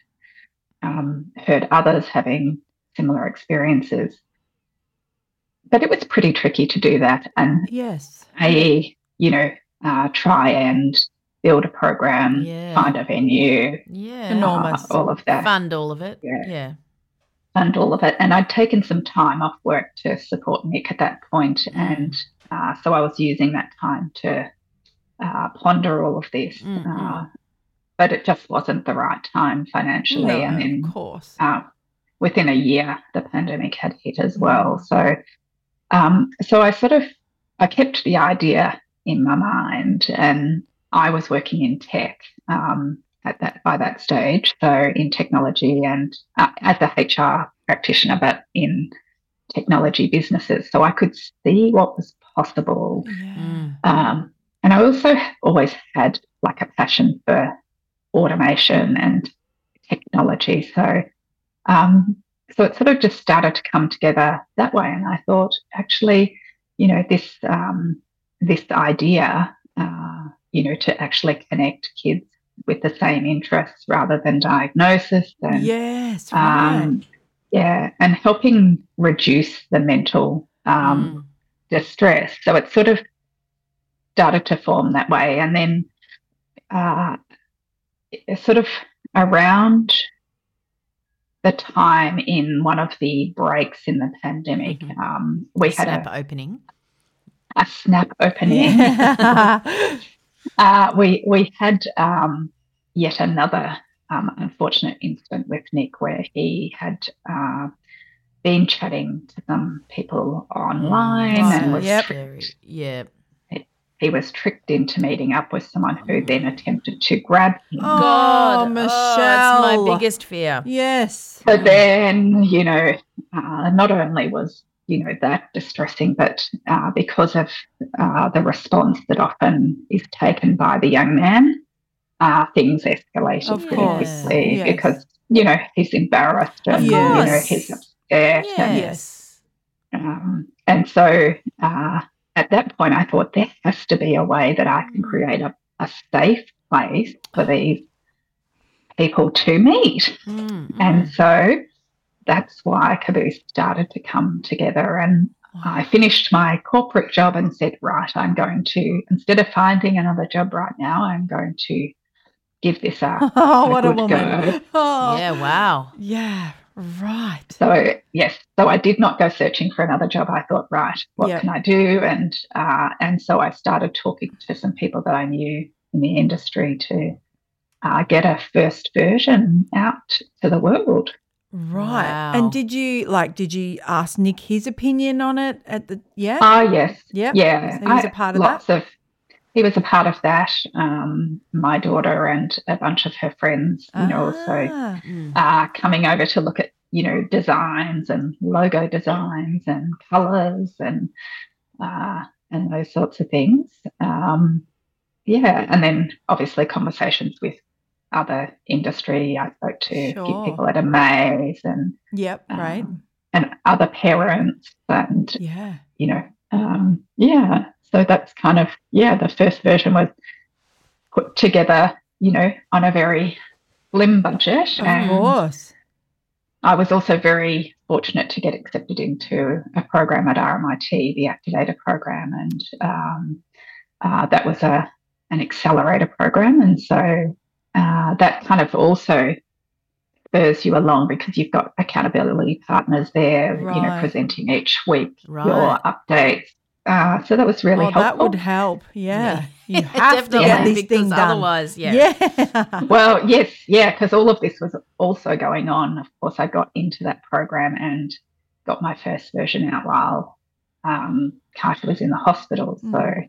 Speaker 5: um, heard others having similar experiences. But it was pretty tricky to do that. And
Speaker 2: Yes.
Speaker 5: I, you know, uh, try and build a program,
Speaker 3: Yeah.
Speaker 5: find a venue,
Speaker 3: Mm.
Speaker 5: uh,
Speaker 3: Yeah.
Speaker 2: Enormous.
Speaker 5: all of that,
Speaker 3: Fund all of it.
Speaker 5: Yeah.
Speaker 3: Yeah.
Speaker 5: and all of it. And I'd taken some time off work to support Nick at that point,
Speaker 3: Mm.
Speaker 5: and uh, so I was using that time to uh, ponder all of this.
Speaker 3: Mm,
Speaker 5: Uh,
Speaker 3: mm.
Speaker 5: but it just wasn't the right time financially,
Speaker 2: No,
Speaker 5: and then
Speaker 2: of course.
Speaker 5: uh, within a year the pandemic had hit as well so um, so i sort of i kept the idea in my mind and i was working in tech um, at that by that stage so in technology and uh, as a hr practitioner but in technology businesses so i could see what was possible
Speaker 2: Yeah.
Speaker 3: Mm.
Speaker 5: um, and I also always had like a passion for automation and technology. So, um, so it sort of just started to come together that way. And I thought, actually, you know, this um, this idea, uh, you know, to actually connect kids with the same interests rather than diagnosis and
Speaker 2: Yes. Right.
Speaker 5: um, yeah, and helping reduce the mental um,
Speaker 3: Mm.
Speaker 5: distress. So it sort of started to form that way. And then uh, it- sort of around the time in one of the breaks in the pandemic,
Speaker 3: Mhm.
Speaker 5: um, we had
Speaker 3: Snap
Speaker 5: a,
Speaker 3: opening.
Speaker 5: a snap opening.
Speaker 2: Yeah.
Speaker 5: Uh, we we had um, yet another um, unfortunate incident with Nick where he had uh, been chatting to some people online and
Speaker 3: Wow,
Speaker 5: was
Speaker 2: Yep.
Speaker 3: scary. Yeah.
Speaker 5: he was tricked into meeting up with someone who then attempted to grab him.
Speaker 2: Oh,
Speaker 3: it's
Speaker 2: Michelle.
Speaker 3: my biggest fear.
Speaker 2: yes.
Speaker 5: So then, you know, uh, not only was you know that distressing, but uh, because of uh, the response that often is taken by the young man, uh, things escalated
Speaker 2: Of
Speaker 5: pretty
Speaker 2: course,
Speaker 5: quickly
Speaker 2: yes.
Speaker 5: because you know he's embarrassed
Speaker 3: Of
Speaker 5: and you know
Speaker 3: course.
Speaker 5: he's upset and
Speaker 3: Yes.
Speaker 5: Um, and so uh, at that point, I thought there has to be a way that I can create a, a safe place for these people to meet.
Speaker 3: Mm, mm.
Speaker 5: And so that's why Caboose started to come together. And I finished my corporate job and said, right, I'm going to, instead of finding another job right now, I'm going to give this a.
Speaker 2: Oh, what a
Speaker 5: good
Speaker 2: woman.
Speaker 5: girl.
Speaker 2: Oh.
Speaker 3: yeah. Wow.
Speaker 2: Yeah, Right.
Speaker 5: So yes, so I did not go searching for another job. I thought, right, what
Speaker 2: Yeah.
Speaker 5: can I do? And uh, and so I started talking to some people that I knew in the industry to uh, get a first version out to the world.
Speaker 2: Right.
Speaker 3: Wow.
Speaker 2: And did you like? Did you ask Nick his opinion on it at the? Yeah.
Speaker 5: Ah, yes,
Speaker 2: Yep.
Speaker 5: yeah,
Speaker 2: So he was a part of that?
Speaker 5: lots of. He was a part of that. Um, my daughter and a bunch of her friends, you know, also
Speaker 2: Ah,
Speaker 3: Mm.
Speaker 5: uh, coming over to look at you know designs and logo designs and colors and uh, and those sorts of things. Um, yeah, and then obviously conversations with other industry. I spoke to a few
Speaker 2: Sure.
Speaker 5: people at Amaze and
Speaker 2: Yep.
Speaker 5: um,
Speaker 2: Right.
Speaker 5: and other parents and
Speaker 2: Yeah.
Speaker 5: you know um, yeah. So that's kind of yeah. The first version was put together, you know, on a very slim budget
Speaker 2: Of
Speaker 5: and
Speaker 2: course.
Speaker 5: I was also very fortunate to get accepted into a program at RMIT, the Activator program, and um, uh, that was a an accelerator program, and so uh, that kind of also spurs you along because you've got accountability partners there, you know,
Speaker 2: Right.
Speaker 5: presenting each week your
Speaker 3: Right.
Speaker 5: updates. Uh, so that was really
Speaker 2: oh,
Speaker 5: helpful.
Speaker 2: that would help. Yeah. You have to
Speaker 3: Definitely,
Speaker 2: get
Speaker 5: Definitely,
Speaker 2: this
Speaker 3: because
Speaker 2: thing done.
Speaker 3: Otherwise, yeah.
Speaker 2: Yeah.
Speaker 5: Well, yes, yeah, because all of this was also going on. Of course, I got into that program and got my first version out while um, Carter was in the hospital.
Speaker 2: Mm.
Speaker 5: So,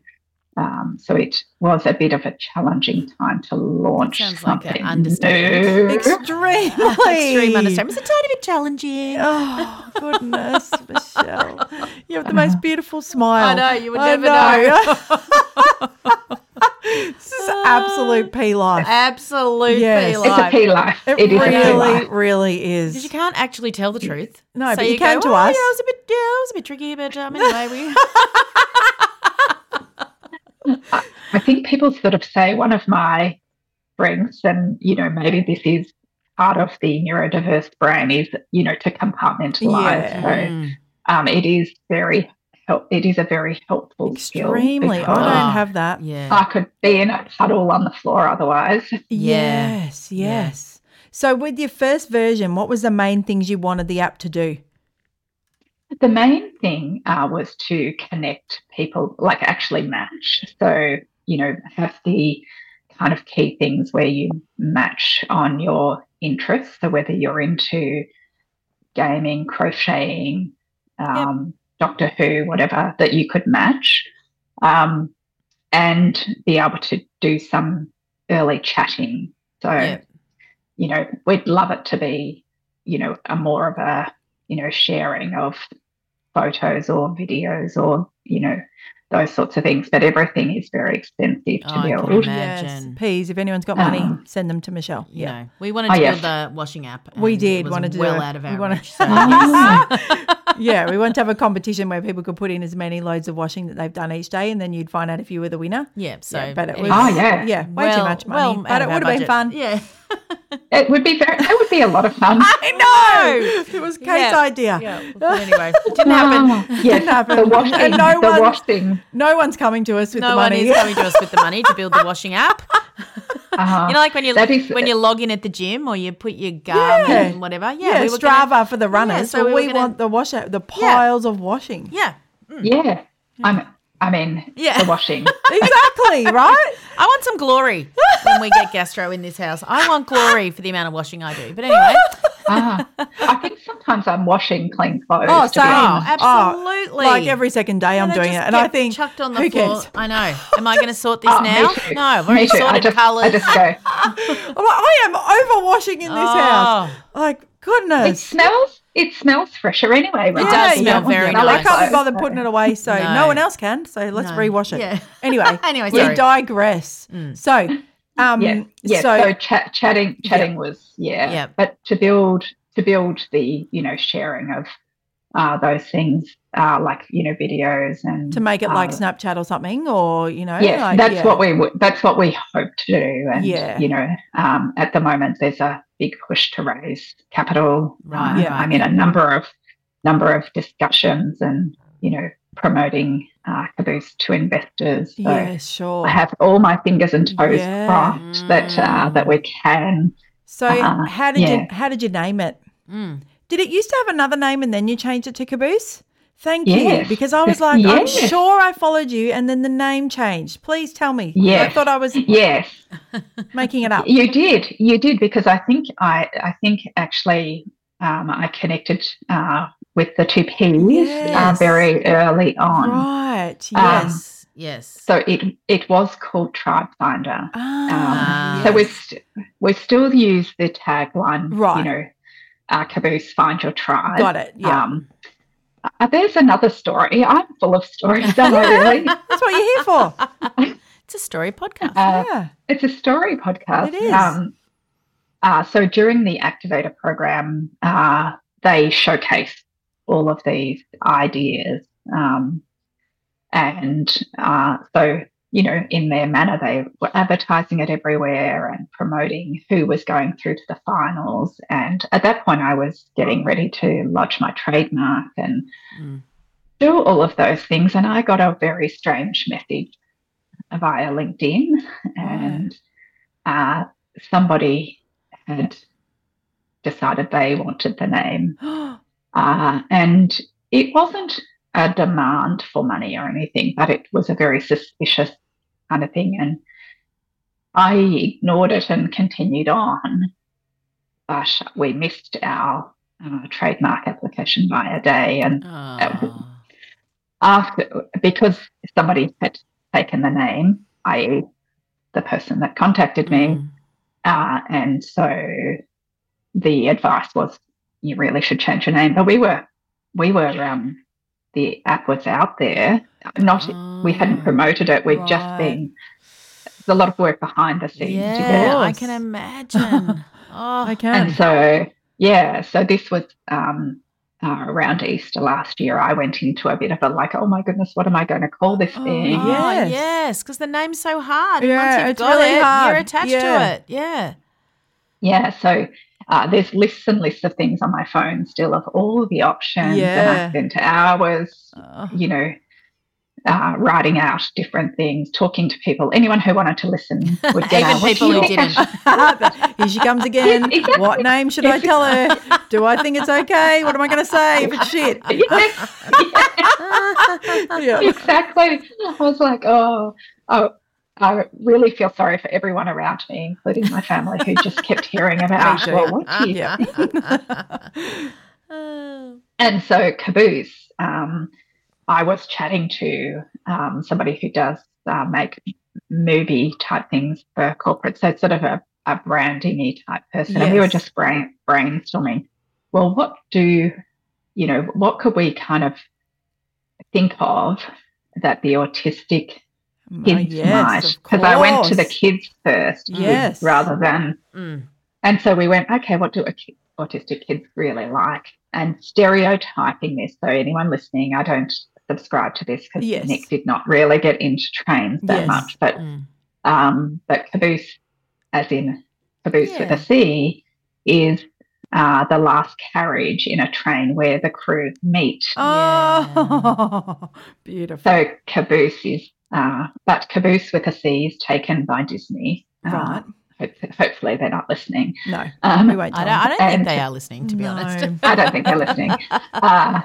Speaker 5: um, so it was a bit of a challenging time to launch
Speaker 3: sounds like an
Speaker 5: something
Speaker 3: understatement.
Speaker 5: new.
Speaker 2: Extremely.
Speaker 3: Extreme understatement. It's a tiny bit challenging.
Speaker 2: Oh goodness, Michelle! You have the most
Speaker 5: Uh-huh.
Speaker 2: beautiful smile.
Speaker 3: I know, you would
Speaker 2: I
Speaker 3: never know.
Speaker 2: this is absolute pea life.
Speaker 3: Absolute
Speaker 2: Yes.
Speaker 3: yes.
Speaker 2: It's
Speaker 5: It's a P life.
Speaker 2: It,
Speaker 5: it is a P
Speaker 2: really,
Speaker 5: life.
Speaker 2: really
Speaker 3: Because you
Speaker 2: is.
Speaker 3: can't actually tell the truth.
Speaker 2: No, but you can to
Speaker 3: oh,
Speaker 2: us."
Speaker 3: Yeah, it was a bit. Yeah, it was a bit tricky, but um, anyway, we.
Speaker 5: I think people sort of say one of my strengths, and you know, maybe this is part of the neurodiverse brain is, you know, to compartmentalize.
Speaker 2: Yeah.
Speaker 5: So
Speaker 3: Mm.
Speaker 5: um, it is very help. It is a very helpful skill.
Speaker 2: Extremely. I
Speaker 5: because
Speaker 2: don't
Speaker 3: Ah.
Speaker 2: have that.
Speaker 3: yeah.
Speaker 5: I could be in a puddle on the floor otherwise.
Speaker 3: Yeah.
Speaker 2: Yes,
Speaker 3: Yeah.
Speaker 2: yes. So with your first version, what was the main things you wanted the app to do?
Speaker 5: The main thing uh, was to connect people, like actually match. So, you know, have the kind of key things where you match on your interests. So, whether you're into gaming, crocheting, um, Doctor Who, whatever, that you could match um, and be able to do some early chatting. So,
Speaker 3: Yeah.
Speaker 5: you know, we'd love it to be, you know, a more of a, you know, sharing of photos or videos or, you know, those sorts of things. But everything is very expensive to
Speaker 3: Oh, I can
Speaker 5: build.
Speaker 3: Imagine.
Speaker 2: Yes. Please, if anyone's got money,
Speaker 5: Um,
Speaker 2: send them to Michelle.
Speaker 3: You
Speaker 2: Yeah.
Speaker 3: know, we wanted
Speaker 5: Oh,
Speaker 3: to
Speaker 5: yeah.
Speaker 3: build the washing app. and
Speaker 2: We
Speaker 3: it
Speaker 2: did
Speaker 3: was
Speaker 2: wanna do
Speaker 3: well
Speaker 2: it.
Speaker 3: out of
Speaker 2: We
Speaker 3: our
Speaker 2: wanna-
Speaker 3: reach. So,
Speaker 5: Yes.
Speaker 3: yes.
Speaker 2: yeah, we want to have a competition where people could put in as many loads of washing that they've done each day and then you'd find out if you were the winner.
Speaker 3: yeah. So,
Speaker 2: Yeah, but it
Speaker 3: anyway.
Speaker 2: was-
Speaker 5: Oh, yeah.
Speaker 2: Yeah, way too
Speaker 3: Well-
Speaker 2: much money.
Speaker 3: well out
Speaker 2: but it
Speaker 3: of our
Speaker 2: would have been
Speaker 3: budget.
Speaker 2: fun.
Speaker 3: Yeah.
Speaker 5: It would be very, it would be a lot of fun.
Speaker 2: I know. It was Kate's
Speaker 3: Yeah.
Speaker 2: idea.
Speaker 3: yeah. But anyway, it didn't
Speaker 5: Ah,
Speaker 3: happen.
Speaker 5: Yes, the washing,
Speaker 2: And no
Speaker 5: the
Speaker 2: one-
Speaker 5: washing.
Speaker 2: No one's coming to us with the
Speaker 3: No one
Speaker 2: money.
Speaker 3: is coming to us with the money to build the washing app.
Speaker 5: Uh,
Speaker 3: You know, like when you
Speaker 5: That is-
Speaker 3: when you log in at the gym or you put your garment
Speaker 2: Yeah.
Speaker 3: and whatever. Yeah,
Speaker 2: yeah,
Speaker 3: we were
Speaker 2: Strava
Speaker 3: gonna-
Speaker 2: for the runners.
Speaker 3: so
Speaker 2: but
Speaker 3: we
Speaker 2: we,
Speaker 3: were gonna-
Speaker 2: want the wash the piles of washing.
Speaker 3: yeah,
Speaker 5: yeah, I'm, I mean,
Speaker 3: hmm. Yeah.
Speaker 5: the washing.
Speaker 2: Exactly, right?
Speaker 3: I want some glory when we get gastro in this house. I want glory for the amount of washing I do. But anyway,
Speaker 5: ah, I think sometimes I'm washing clean clothes.
Speaker 2: Oh,
Speaker 5: to be
Speaker 2: same.
Speaker 5: honest.
Speaker 2: Oh,
Speaker 3: absolutely.
Speaker 2: like every second day I'm
Speaker 3: they
Speaker 2: doing it.
Speaker 3: just
Speaker 2: And I
Speaker 3: get
Speaker 2: think
Speaker 3: chucked on the
Speaker 2: who
Speaker 3: floor.
Speaker 2: cares?
Speaker 3: I know. Am I going to sort this
Speaker 5: Oh, me
Speaker 3: now?
Speaker 5: too.
Speaker 3: No, I've
Speaker 5: Me
Speaker 3: already
Speaker 5: too. I
Speaker 3: sorted
Speaker 5: just,
Speaker 3: colours. Oh,
Speaker 5: I just go.
Speaker 2: I'm like, I am overwashing in this
Speaker 3: Ah.
Speaker 2: house. Like,
Speaker 5: It
Speaker 2: goodness.
Speaker 5: smells. It smells fresher anyway. Right?
Speaker 3: does
Speaker 5: You
Speaker 3: smell
Speaker 5: don't want
Speaker 3: very
Speaker 5: to
Speaker 3: nice.
Speaker 5: smell
Speaker 2: I
Speaker 5: like
Speaker 2: can't be
Speaker 5: clothes,
Speaker 2: bothered
Speaker 5: so-
Speaker 2: putting it away, so no.
Speaker 3: No.
Speaker 2: one else can. So let's
Speaker 3: No.
Speaker 2: rewash it.
Speaker 3: Yeah.
Speaker 2: Anyway,
Speaker 3: Anyway,
Speaker 2: we
Speaker 3: sorry. Mm,
Speaker 2: digress. So, um,
Speaker 5: Yeah, yeah. So,
Speaker 2: so
Speaker 5: chat, chatting, chatting was yeah.
Speaker 3: Yeah.
Speaker 5: But to build, to build the you know sharing of uh, those things, uh, like you know videos and
Speaker 2: to make it like
Speaker 5: uh,
Speaker 2: Snapchat or something, or you know,
Speaker 5: Yes,
Speaker 2: like,
Speaker 5: that's
Speaker 2: yeah.
Speaker 5: what we w- that's what we hope to do, and
Speaker 2: Yeah.
Speaker 5: you know, um, at the moment there's a big push to raise capital.
Speaker 3: Right,
Speaker 2: Yeah.
Speaker 5: I'm in a number of number of discussions, and you know, promoting uh, Caboose to investors. So
Speaker 2: Yeah, sure.
Speaker 5: I have all my fingers and toes
Speaker 2: Yeah. Mm.
Speaker 5: crossed that uh, that we can.
Speaker 2: So,
Speaker 5: Uh-huh.
Speaker 2: how did you
Speaker 5: Yeah.
Speaker 2: how did you name it?
Speaker 3: Mm.
Speaker 2: Did it used to have another name and then you changed it to Caboose? Thank you.
Speaker 5: Yes.
Speaker 2: Because I was like, I'm
Speaker 5: Yes.
Speaker 2: sure I followed you and then the name changed. Please tell me. I
Speaker 5: Yes.
Speaker 2: thought I was
Speaker 5: Yes,
Speaker 2: making it up.
Speaker 5: you did, you did, because I think I I think actually um, I connected uh, with the two P's uh,
Speaker 2: Yes.
Speaker 5: very early on.
Speaker 2: Right.
Speaker 5: Um,
Speaker 2: Yes.
Speaker 3: Yes. Yes.
Speaker 5: So it it was called Tribe Finder.
Speaker 2: ah,
Speaker 3: um,
Speaker 5: um, So we
Speaker 2: yes.
Speaker 5: st- we still use the tagline,
Speaker 2: Right.
Speaker 5: you know, uh, Caboose Find Your Tribe.
Speaker 2: got it. Yeah.
Speaker 5: Um, uh, there's another story. I'm full of stories, am I really?
Speaker 2: That's what you're here for.
Speaker 3: it's a story podcast.
Speaker 5: Uh,
Speaker 2: yeah.
Speaker 5: it's a story podcast. Um,
Speaker 2: It is.
Speaker 5: uh, so during the Activator program, uh, they showcase all of these ideas. Um, and uh, so, you know, in their manner, they were advertising it everywhere and promoting who was going through to the finals. And at that point, I was getting ready to lodge my trademark and
Speaker 3: Mm.
Speaker 5: do all of those things. And I got a very strange message via LinkedIn, and uh, somebody had decided they wanted the name. Uh, and it wasn't a demand for money or anything, but it was a very suspicious kind of thing. And I ignored it and continued on. But we missed our uh, trademark application by a day.
Speaker 2: uh,
Speaker 5: And
Speaker 3: Ah.
Speaker 5: after, because somebody had taken the name, i.e., the person that contacted me,
Speaker 3: Mm.
Speaker 5: uh, and so the advice was you really should change your name. But we were, we were, um, the app was out there. Not we hadn't
Speaker 3: Ah.
Speaker 5: promoted it. We'd just
Speaker 2: Right.
Speaker 5: been. There's a lot of work behind the scenes. to do
Speaker 3: Yeah,
Speaker 5: it.
Speaker 3: I
Speaker 2: Yes.
Speaker 3: can imagine. Oh,
Speaker 2: I can.
Speaker 5: And so yeah, so this was um, uh, around Easter last year. I went into a bit of a like, oh my goodness, what am I going to call this
Speaker 3: Oh,
Speaker 5: thing?
Speaker 2: Yes.
Speaker 3: yes, because the name's so hard. and
Speaker 2: Yeah,
Speaker 3: Once you've
Speaker 2: it's
Speaker 3: got
Speaker 2: really
Speaker 3: it,
Speaker 2: hard.
Speaker 3: you're attached
Speaker 2: Yeah.
Speaker 3: to it. Yeah.
Speaker 5: Yeah, so uh, there's lists and lists of things on my phone still of all the options. And
Speaker 2: Yeah.
Speaker 5: I spent hours,
Speaker 2: Oh.
Speaker 5: you know, uh, writing out different things, talking to people. Anyone who wanted to listen would get
Speaker 3: Even
Speaker 5: out. "What do
Speaker 3: people
Speaker 5: you
Speaker 3: who
Speaker 5: think I
Speaker 3: didn't.
Speaker 5: should-"
Speaker 2: Here she comes again.
Speaker 5: Exactly.
Speaker 2: What name should I tell her? Do I think it's okay? What am I going to say if it's shit?
Speaker 5: Yes,
Speaker 2: Yeah.
Speaker 5: exactly. I was like, oh, oh, I really feel sorry for everyone around me, including my family, who just kept hearing about,
Speaker 2: too. Ah,
Speaker 5: well, what do you
Speaker 2: Yeah.
Speaker 5: And so Caboose, um, I was chatting to um, somebody who does uh, make movie type things for corporate, so it's sort of a, a branding-y type person. And we were
Speaker 2: Yes.
Speaker 5: just brain, brainstorming. Well, what do you know? What could we kind of think of that the autistic
Speaker 2: Oh,
Speaker 5: kids
Speaker 2: yes,
Speaker 5: might?
Speaker 2: of
Speaker 5: Because I went to the
Speaker 2: course.
Speaker 5: kids first,
Speaker 2: Yes.
Speaker 5: rather than
Speaker 3: Mm.
Speaker 5: and so we went, okay, what do ac- autistic kids really like? And stereotyping this. So, anyone listening, I don't subscribe to this because
Speaker 2: Yes.
Speaker 5: Nick did not really get into trains that
Speaker 2: Yes.
Speaker 5: much. But,
Speaker 3: Mm.
Speaker 5: um, but caboose, as in caboose with
Speaker 3: Yeah.
Speaker 5: a C, is uh, the last carriage in a train where the crews meet.
Speaker 2: Oh, beautiful.
Speaker 5: So, caboose is, uh, but caboose with a C is taken by Disney. Uh,
Speaker 2: right.
Speaker 5: hope- hopefully, they're not listening.
Speaker 2: No,
Speaker 5: Um,
Speaker 2: we won't
Speaker 3: I
Speaker 2: tell
Speaker 3: don't, I don't
Speaker 5: And-
Speaker 3: think they are listening, to be
Speaker 2: No.
Speaker 3: honest.
Speaker 5: I don't think they're listening. Uh,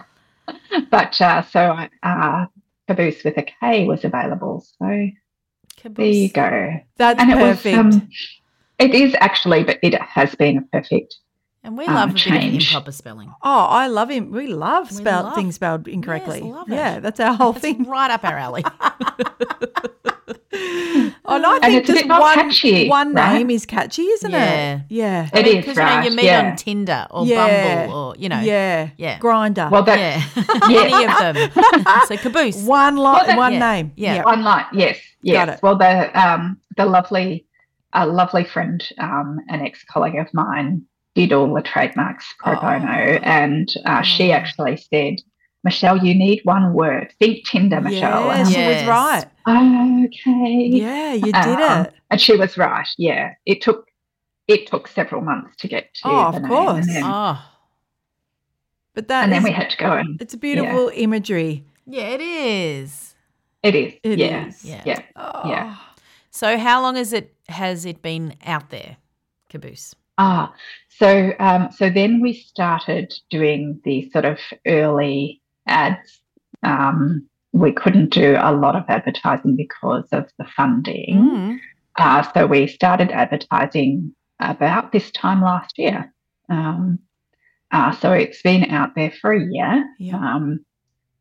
Speaker 5: but uh, so I- uh, Caboose with a K was available. So there you
Speaker 3: Caboose.
Speaker 5: go.
Speaker 2: That's
Speaker 5: And it
Speaker 2: perfect.
Speaker 5: was, um, it is actually, but it has been a perfect.
Speaker 3: And we
Speaker 5: Um,
Speaker 3: love a bit of
Speaker 5: change.
Speaker 3: improper spelling.
Speaker 2: oh, I love him. We love
Speaker 3: We
Speaker 2: spelled
Speaker 3: love-
Speaker 2: things spelled incorrectly.
Speaker 3: love it.
Speaker 2: yeah, that's our whole
Speaker 3: That's
Speaker 2: thing.
Speaker 3: right up our alley.
Speaker 2: And I
Speaker 5: And
Speaker 2: think
Speaker 5: it's a
Speaker 2: just
Speaker 5: bit more
Speaker 2: one,
Speaker 5: catchy,
Speaker 2: one
Speaker 5: right?
Speaker 2: name is catchy, isn't
Speaker 3: Yeah.
Speaker 2: it? Yeah.
Speaker 5: It is
Speaker 3: Because you know
Speaker 5: right.
Speaker 3: you meet
Speaker 5: yeah.
Speaker 3: on Tinder or
Speaker 2: Yeah.
Speaker 3: Bumble or you know
Speaker 2: yeah.
Speaker 3: yeah.
Speaker 2: Grinder.
Speaker 5: well, that
Speaker 3: yeah,
Speaker 5: Yeah.
Speaker 3: any of them. so caboose.
Speaker 2: one line,
Speaker 5: that-
Speaker 2: one
Speaker 3: Yeah.
Speaker 2: name.
Speaker 3: Yeah.
Speaker 5: one line. Yes, yes.
Speaker 2: Got it.
Speaker 5: Well, the um, the lovely, a lovely friend, um, an ex colleague of mine, did all the trademarks pro
Speaker 2: Oh.
Speaker 5: bono, and uh, she
Speaker 3: Oh.
Speaker 5: actually said, "Michelle, you need one word. Think Tinder, Michelle."
Speaker 2: Yeah,
Speaker 5: And
Speaker 2: she
Speaker 3: Yes.
Speaker 2: was right.
Speaker 5: I'm like, Oh, okay.
Speaker 2: Yeah, you did
Speaker 5: Um,
Speaker 2: it.
Speaker 5: and she was right. Yeah, it took it took several months to get to.
Speaker 2: Oh, of
Speaker 5: the name,
Speaker 2: course.
Speaker 5: And then,
Speaker 3: Oh,
Speaker 2: But that
Speaker 5: and then
Speaker 2: is-
Speaker 5: we had to go, and
Speaker 2: it's a beautiful imagery.
Speaker 3: yeah, it is.
Speaker 5: it is.
Speaker 2: It
Speaker 5: yeah,
Speaker 2: is.
Speaker 3: Yeah.
Speaker 5: yeah.
Speaker 2: Oh,
Speaker 5: Yeah.
Speaker 3: So how long is it? Has it been out there, caboose?
Speaker 5: Ah, so um, so then we started doing the sort of early ads. Um, we couldn't do a lot of advertising because of the funding.
Speaker 2: mm,
Speaker 5: Uh, so we started advertising about this time last year. Um, uh, so it's been out there for a year.
Speaker 2: Yeah.
Speaker 5: Um,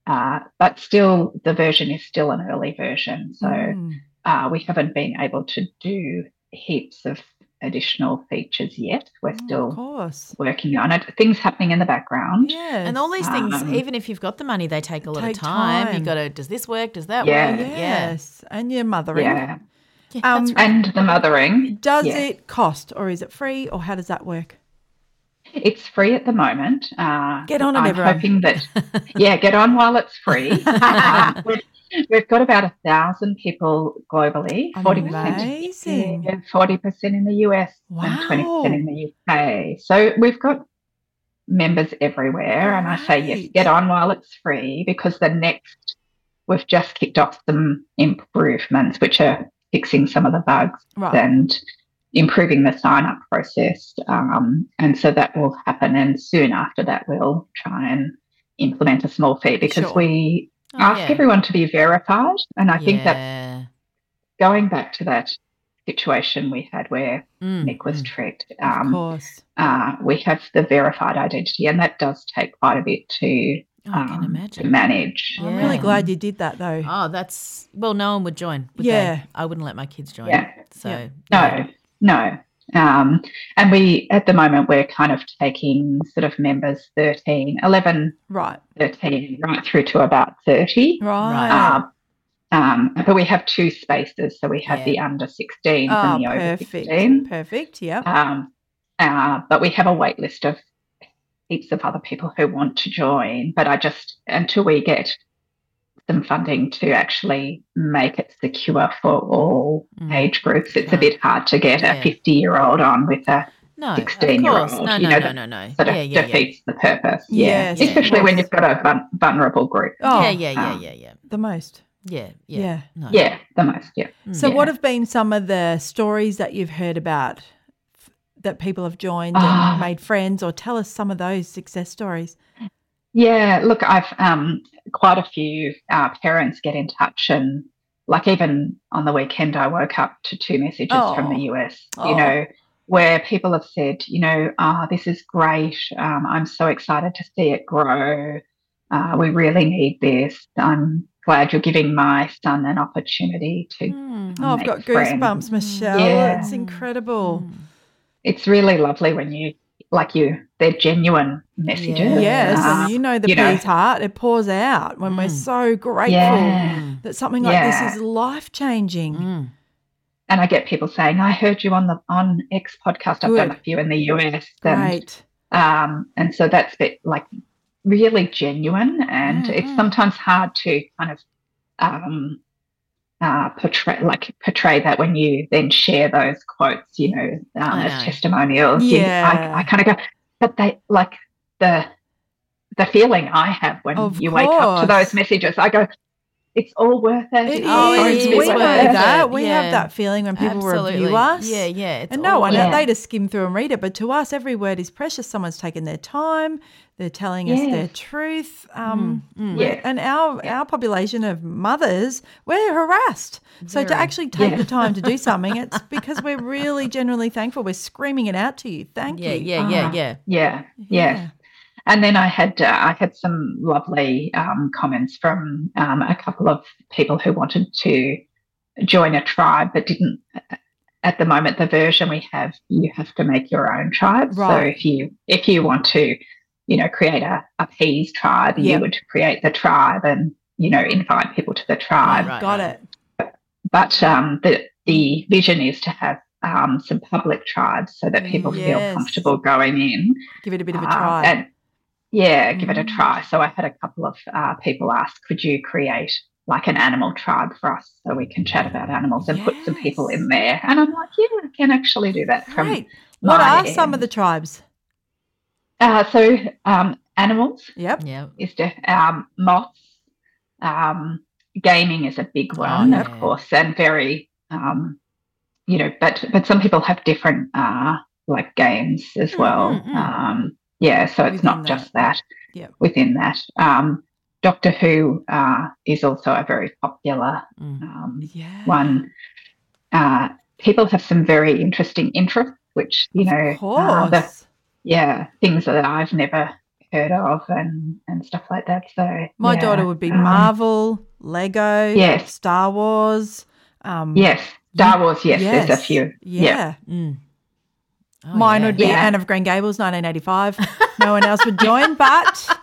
Speaker 5: uh, but still, the version is still an early version. So
Speaker 2: Mm.
Speaker 5: uh, we haven't been able to do heaps of additional features yet. We're
Speaker 2: Oh,
Speaker 5: still
Speaker 2: of course.
Speaker 5: working on it. Things happening in the background.
Speaker 2: Yeah.
Speaker 3: And all these things,
Speaker 5: Um,
Speaker 3: even if you've got the money, they take a lot
Speaker 2: take
Speaker 3: of time.
Speaker 2: time.
Speaker 3: You got to. Does this work? Does that
Speaker 5: Yeah.
Speaker 3: work? Yeah.
Speaker 2: Yes. And your mothering.
Speaker 5: Yeah.
Speaker 3: Yeah,
Speaker 2: Um,
Speaker 3: that's right.
Speaker 5: And the mothering.
Speaker 2: Does
Speaker 5: Yeah.
Speaker 2: it cost or is it free or how does that work?
Speaker 5: It's free at the moment. Uh,
Speaker 2: Get on it,
Speaker 5: I'm
Speaker 2: everyone.
Speaker 5: hoping that, yeah, get on while it's free. Um, we've, we've got about a thousand people globally, forty percent,
Speaker 2: Amazing.
Speaker 5: forty percent in the US, and twenty percent in the UK. So we've got members everywhere, and I say yes,
Speaker 2: Great.
Speaker 5: get on while it's free because the next we've just kicked off some improvements, which are fixing some of the bugs
Speaker 2: Right.
Speaker 5: and improving the sign up process. Um, and so that will happen. And soon after that, we'll try and implement a small fee because
Speaker 2: Sure.
Speaker 5: we
Speaker 3: Oh,
Speaker 5: ask
Speaker 3: yeah.
Speaker 5: everyone to be verified. And I think that
Speaker 3: Yeah.
Speaker 5: going back to that situation we had where
Speaker 3: Mm,
Speaker 5: Nick was
Speaker 3: mm.
Speaker 5: tricked,
Speaker 2: of
Speaker 5: um,
Speaker 2: course.
Speaker 5: uh, we have the verified identity, and that does take quite a bit to,
Speaker 3: Oh, I
Speaker 5: um,
Speaker 3: can
Speaker 5: to
Speaker 3: imagine.
Speaker 5: manage.
Speaker 2: I'm really
Speaker 3: Yeah.
Speaker 2: glad you did that though.
Speaker 3: Oh, that's well. No one would join. Would
Speaker 2: Yeah.
Speaker 3: They? I wouldn't let my kids join.
Speaker 5: Yeah.
Speaker 3: So
Speaker 2: Yeah.
Speaker 3: yeah.
Speaker 5: No, no. Um, and we, at the moment, we're kind of taking sort of members 13, 11,
Speaker 2: right.
Speaker 5: 13, right through to about 30.
Speaker 2: Right.
Speaker 5: Um, um, but we have two spaces. So we have
Speaker 3: Yeah.
Speaker 5: the under 16s
Speaker 2: Oh,
Speaker 5: and the over
Speaker 2: perfect.
Speaker 5: 16.
Speaker 2: Perfect. Yep.
Speaker 5: Um, uh, but we have a wait list of heaps of other people who want to join. But I just, until we get some funding to actually make it secure for all
Speaker 3: Mm.
Speaker 5: age groups, it's a
Speaker 3: Oh.
Speaker 5: bit hard to get
Speaker 3: Yeah.
Speaker 5: a 50 year old on with a
Speaker 3: No, of
Speaker 5: 16 year
Speaker 3: course.
Speaker 5: old,
Speaker 3: No,
Speaker 5: you
Speaker 3: no,
Speaker 5: know,
Speaker 3: no,
Speaker 5: that
Speaker 3: no, no.
Speaker 5: sort of
Speaker 3: Yeah, yeah, yeah.
Speaker 5: defeats the purpose.
Speaker 2: Yeah,
Speaker 3: Yeah.
Speaker 5: Especially when you've got a vul- vulnerable group.
Speaker 2: Oh,
Speaker 3: yeah, yeah, yeah, yeah, yeah,
Speaker 2: the most.
Speaker 3: yeah, yeah, Hmm.
Speaker 2: Yeah.
Speaker 3: No.
Speaker 5: Um, Yeah, the most. Yeah.
Speaker 2: So,
Speaker 5: Yeah.
Speaker 2: what have been some of the stories that you've heard about f- that people have joined
Speaker 5: Ah.
Speaker 2: and made friends, or tell us some of those success stories?
Speaker 5: Yeah, look, I've um, quite a few uh, parents get in touch, and like even on the weekend, I woke up to two messages from the US,
Speaker 2: Oh.
Speaker 5: you know, where people have said, you know, ah, this is great. Um, I'm so excited to see it grow. Uh, we really need this. I'm glad you're giving my son an opportunity to.
Speaker 3: Mm.
Speaker 2: Oh, I've
Speaker 5: Make
Speaker 2: got
Speaker 5: friends.
Speaker 2: goosebumps, Michelle.
Speaker 5: Yeah.
Speaker 2: It's incredible.
Speaker 3: Mm.
Speaker 5: It's really lovely when you, like you, they're genuine messages.
Speaker 3: Yeah.
Speaker 2: Yes,
Speaker 5: Uh,
Speaker 2: and you know the
Speaker 5: you know.
Speaker 2: bee's heart. It pours out when we're
Speaker 3: Ah, Mm.
Speaker 2: so grateful
Speaker 5: Yeah.
Speaker 3: Mm.
Speaker 2: that something like
Speaker 5: Yeah.
Speaker 2: this is life changing.
Speaker 3: Mm.
Speaker 5: and I get people saying, "I heard you on the on X podcast. I've done
Speaker 2: Good.
Speaker 5: a few in the US, and
Speaker 2: Great.
Speaker 5: um, and so that's a bit like really genuine, and it's
Speaker 3: Mhm.
Speaker 5: sometimes hard to kind of um, uh, portray like portray that when you then share those quotes, you know, um,
Speaker 3: I
Speaker 5: as
Speaker 3: know.
Speaker 5: testimonials. You-
Speaker 2: Yeah.
Speaker 5: I, I kind of go, but they like the the feeling I have when
Speaker 2: Of
Speaker 5: you wake up to
Speaker 2: course.
Speaker 5: those messages. I go, it's all worth it.
Speaker 2: It
Speaker 5: It's
Speaker 3: Oh, it
Speaker 2: is.
Speaker 5: going to
Speaker 3: is
Speaker 5: be
Speaker 2: We
Speaker 5: worth
Speaker 2: know
Speaker 3: worth
Speaker 5: it."
Speaker 3: it.
Speaker 2: that. We have
Speaker 3: Yeah.
Speaker 2: that feeling when people review us.
Speaker 3: Yeah, yeah. It's
Speaker 2: And no one,
Speaker 3: always-
Speaker 5: Yeah.
Speaker 2: they just skim through and read it. But to us, every word is precious. Someone's taken their time. They're telling us their
Speaker 5: Yes.
Speaker 2: truth. Um,
Speaker 3: Mm, mm.
Speaker 5: Yeah.
Speaker 2: And our our population of mothers, we're harassed. So to
Speaker 3: Very.
Speaker 2: actually take
Speaker 5: Yeah.
Speaker 2: the time to do something, it's because we're really generally thankful. We're screaming it out to you. Thank
Speaker 3: Yeah,
Speaker 2: you.
Speaker 3: yeah, yeah,
Speaker 5: Ah.
Speaker 3: yeah.
Speaker 5: Yeah, yes. And then I had uh, I had some lovely um, comments from um, a couple of people who wanted to join a tribe but didn't. uh, At the moment, the version we have, you have to make your own tribe. So
Speaker 2: Right.
Speaker 5: if you if you want to, you know, create a, a peas tribe,
Speaker 2: Yep.
Speaker 5: you would create the tribe and you know invite people to the tribe.
Speaker 3: Right,
Speaker 2: Got
Speaker 3: right.
Speaker 2: it.
Speaker 5: But um, the the vision is to have um, some public tribes so that people
Speaker 2: Yes.
Speaker 5: feel comfortable going in.
Speaker 2: Give it a bit of a
Speaker 5: Uh,
Speaker 2: try.
Speaker 5: and yeah, give it a
Speaker 2: Mm.
Speaker 5: try. So I had a couple of uh, people ask, could you create like an animal tribe for us so we can chat about animals and put some people
Speaker 2: Yes.
Speaker 5: in there? And I'm like, yeah, I can actually do that. From,
Speaker 2: Great. What
Speaker 5: my
Speaker 2: are some of
Speaker 5: end.
Speaker 2: the tribes?
Speaker 5: Uh, so um, animals
Speaker 2: Yep.
Speaker 3: Yeah.
Speaker 5: is de- um, moths. Um, gaming is a big
Speaker 3: Oh,
Speaker 5: one,
Speaker 3: yeah.
Speaker 5: of course, and very, um, you know, but but some people have different uh, like games as well.
Speaker 3: mm, mm.
Speaker 5: Um, yeah, so it's not
Speaker 2: Within that.
Speaker 5: just that.
Speaker 2: Yep.
Speaker 5: Within that, um, Doctor Who uh, is also a very popular
Speaker 3: Mm.
Speaker 5: um,
Speaker 2: Yeah.
Speaker 5: one. Uh, people have some very interesting interests, which you know,
Speaker 2: Of
Speaker 5: uh, the-
Speaker 2: course.
Speaker 5: yeah, things that I've never heard of and and stuff like that. So
Speaker 2: My
Speaker 5: yeah,
Speaker 2: daughter would be
Speaker 5: um,
Speaker 2: Marvel, Lego,
Speaker 5: Yes.
Speaker 2: Star Wars. Um,
Speaker 5: Yes, Star Wars. Yes, there's a
Speaker 2: yes,
Speaker 5: few.
Speaker 2: Yeah.
Speaker 3: Mm. Oh,
Speaker 2: Mine would be
Speaker 5: Yeah.
Speaker 2: Anne of Green Gables, 1985. no one else would join, but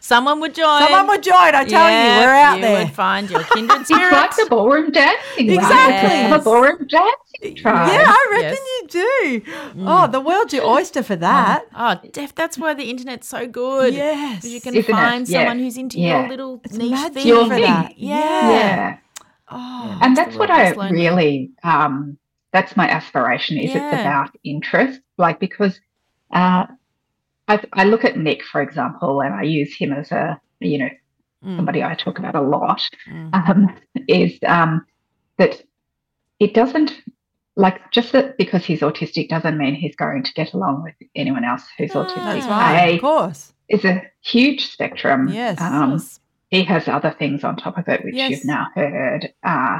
Speaker 3: Someone would join.
Speaker 2: someone would join. I tell
Speaker 3: Yeah,
Speaker 2: you, we're out
Speaker 3: you Would
Speaker 2: there.
Speaker 3: find your kindred
Speaker 5: It's
Speaker 3: spirit.
Speaker 5: like the ballroom dancing.
Speaker 2: Exactly.
Speaker 5: Right? Have a ballroom dancing tribe.
Speaker 2: Yeah, I reckon
Speaker 3: Yes.
Speaker 2: you do.
Speaker 5: Mm.
Speaker 2: Oh, the world's your oyster for that.
Speaker 3: Mm. Oh, Def, that's why the internet's so good.
Speaker 2: Yes.
Speaker 3: 'Cause You can
Speaker 5: Isn't it?
Speaker 3: find
Speaker 5: Yeah.
Speaker 3: someone who's into your
Speaker 5: Yeah.
Speaker 3: little
Speaker 2: It's
Speaker 3: niche
Speaker 2: magic
Speaker 3: thing.
Speaker 5: Your for thing.
Speaker 2: that.
Speaker 3: Yeah.
Speaker 5: Yeah.
Speaker 2: Oh,
Speaker 5: And
Speaker 3: That's
Speaker 5: that's
Speaker 3: the
Speaker 5: what
Speaker 3: word,
Speaker 5: I
Speaker 3: that's lonely.
Speaker 5: really um that's my aspiration is it's
Speaker 3: Yeah.
Speaker 5: about interest. Like because uh I I look at Nick, for example, and I use him as a you know,
Speaker 3: Mm,
Speaker 5: somebody I talk about a lot,
Speaker 3: mm.
Speaker 5: um, is um that it doesn't like just that because he's autistic doesn't mean he's going to get along with anyone else who's
Speaker 3: No.
Speaker 5: autistic.
Speaker 2: that's
Speaker 3: Yeah.
Speaker 2: Ah, right.
Speaker 5: I-
Speaker 2: Of course.
Speaker 5: it's a huge spectrum.
Speaker 2: Yes.
Speaker 5: Um, he has other things on top of it, which
Speaker 2: Yes.
Speaker 5: you've now heard. Uh,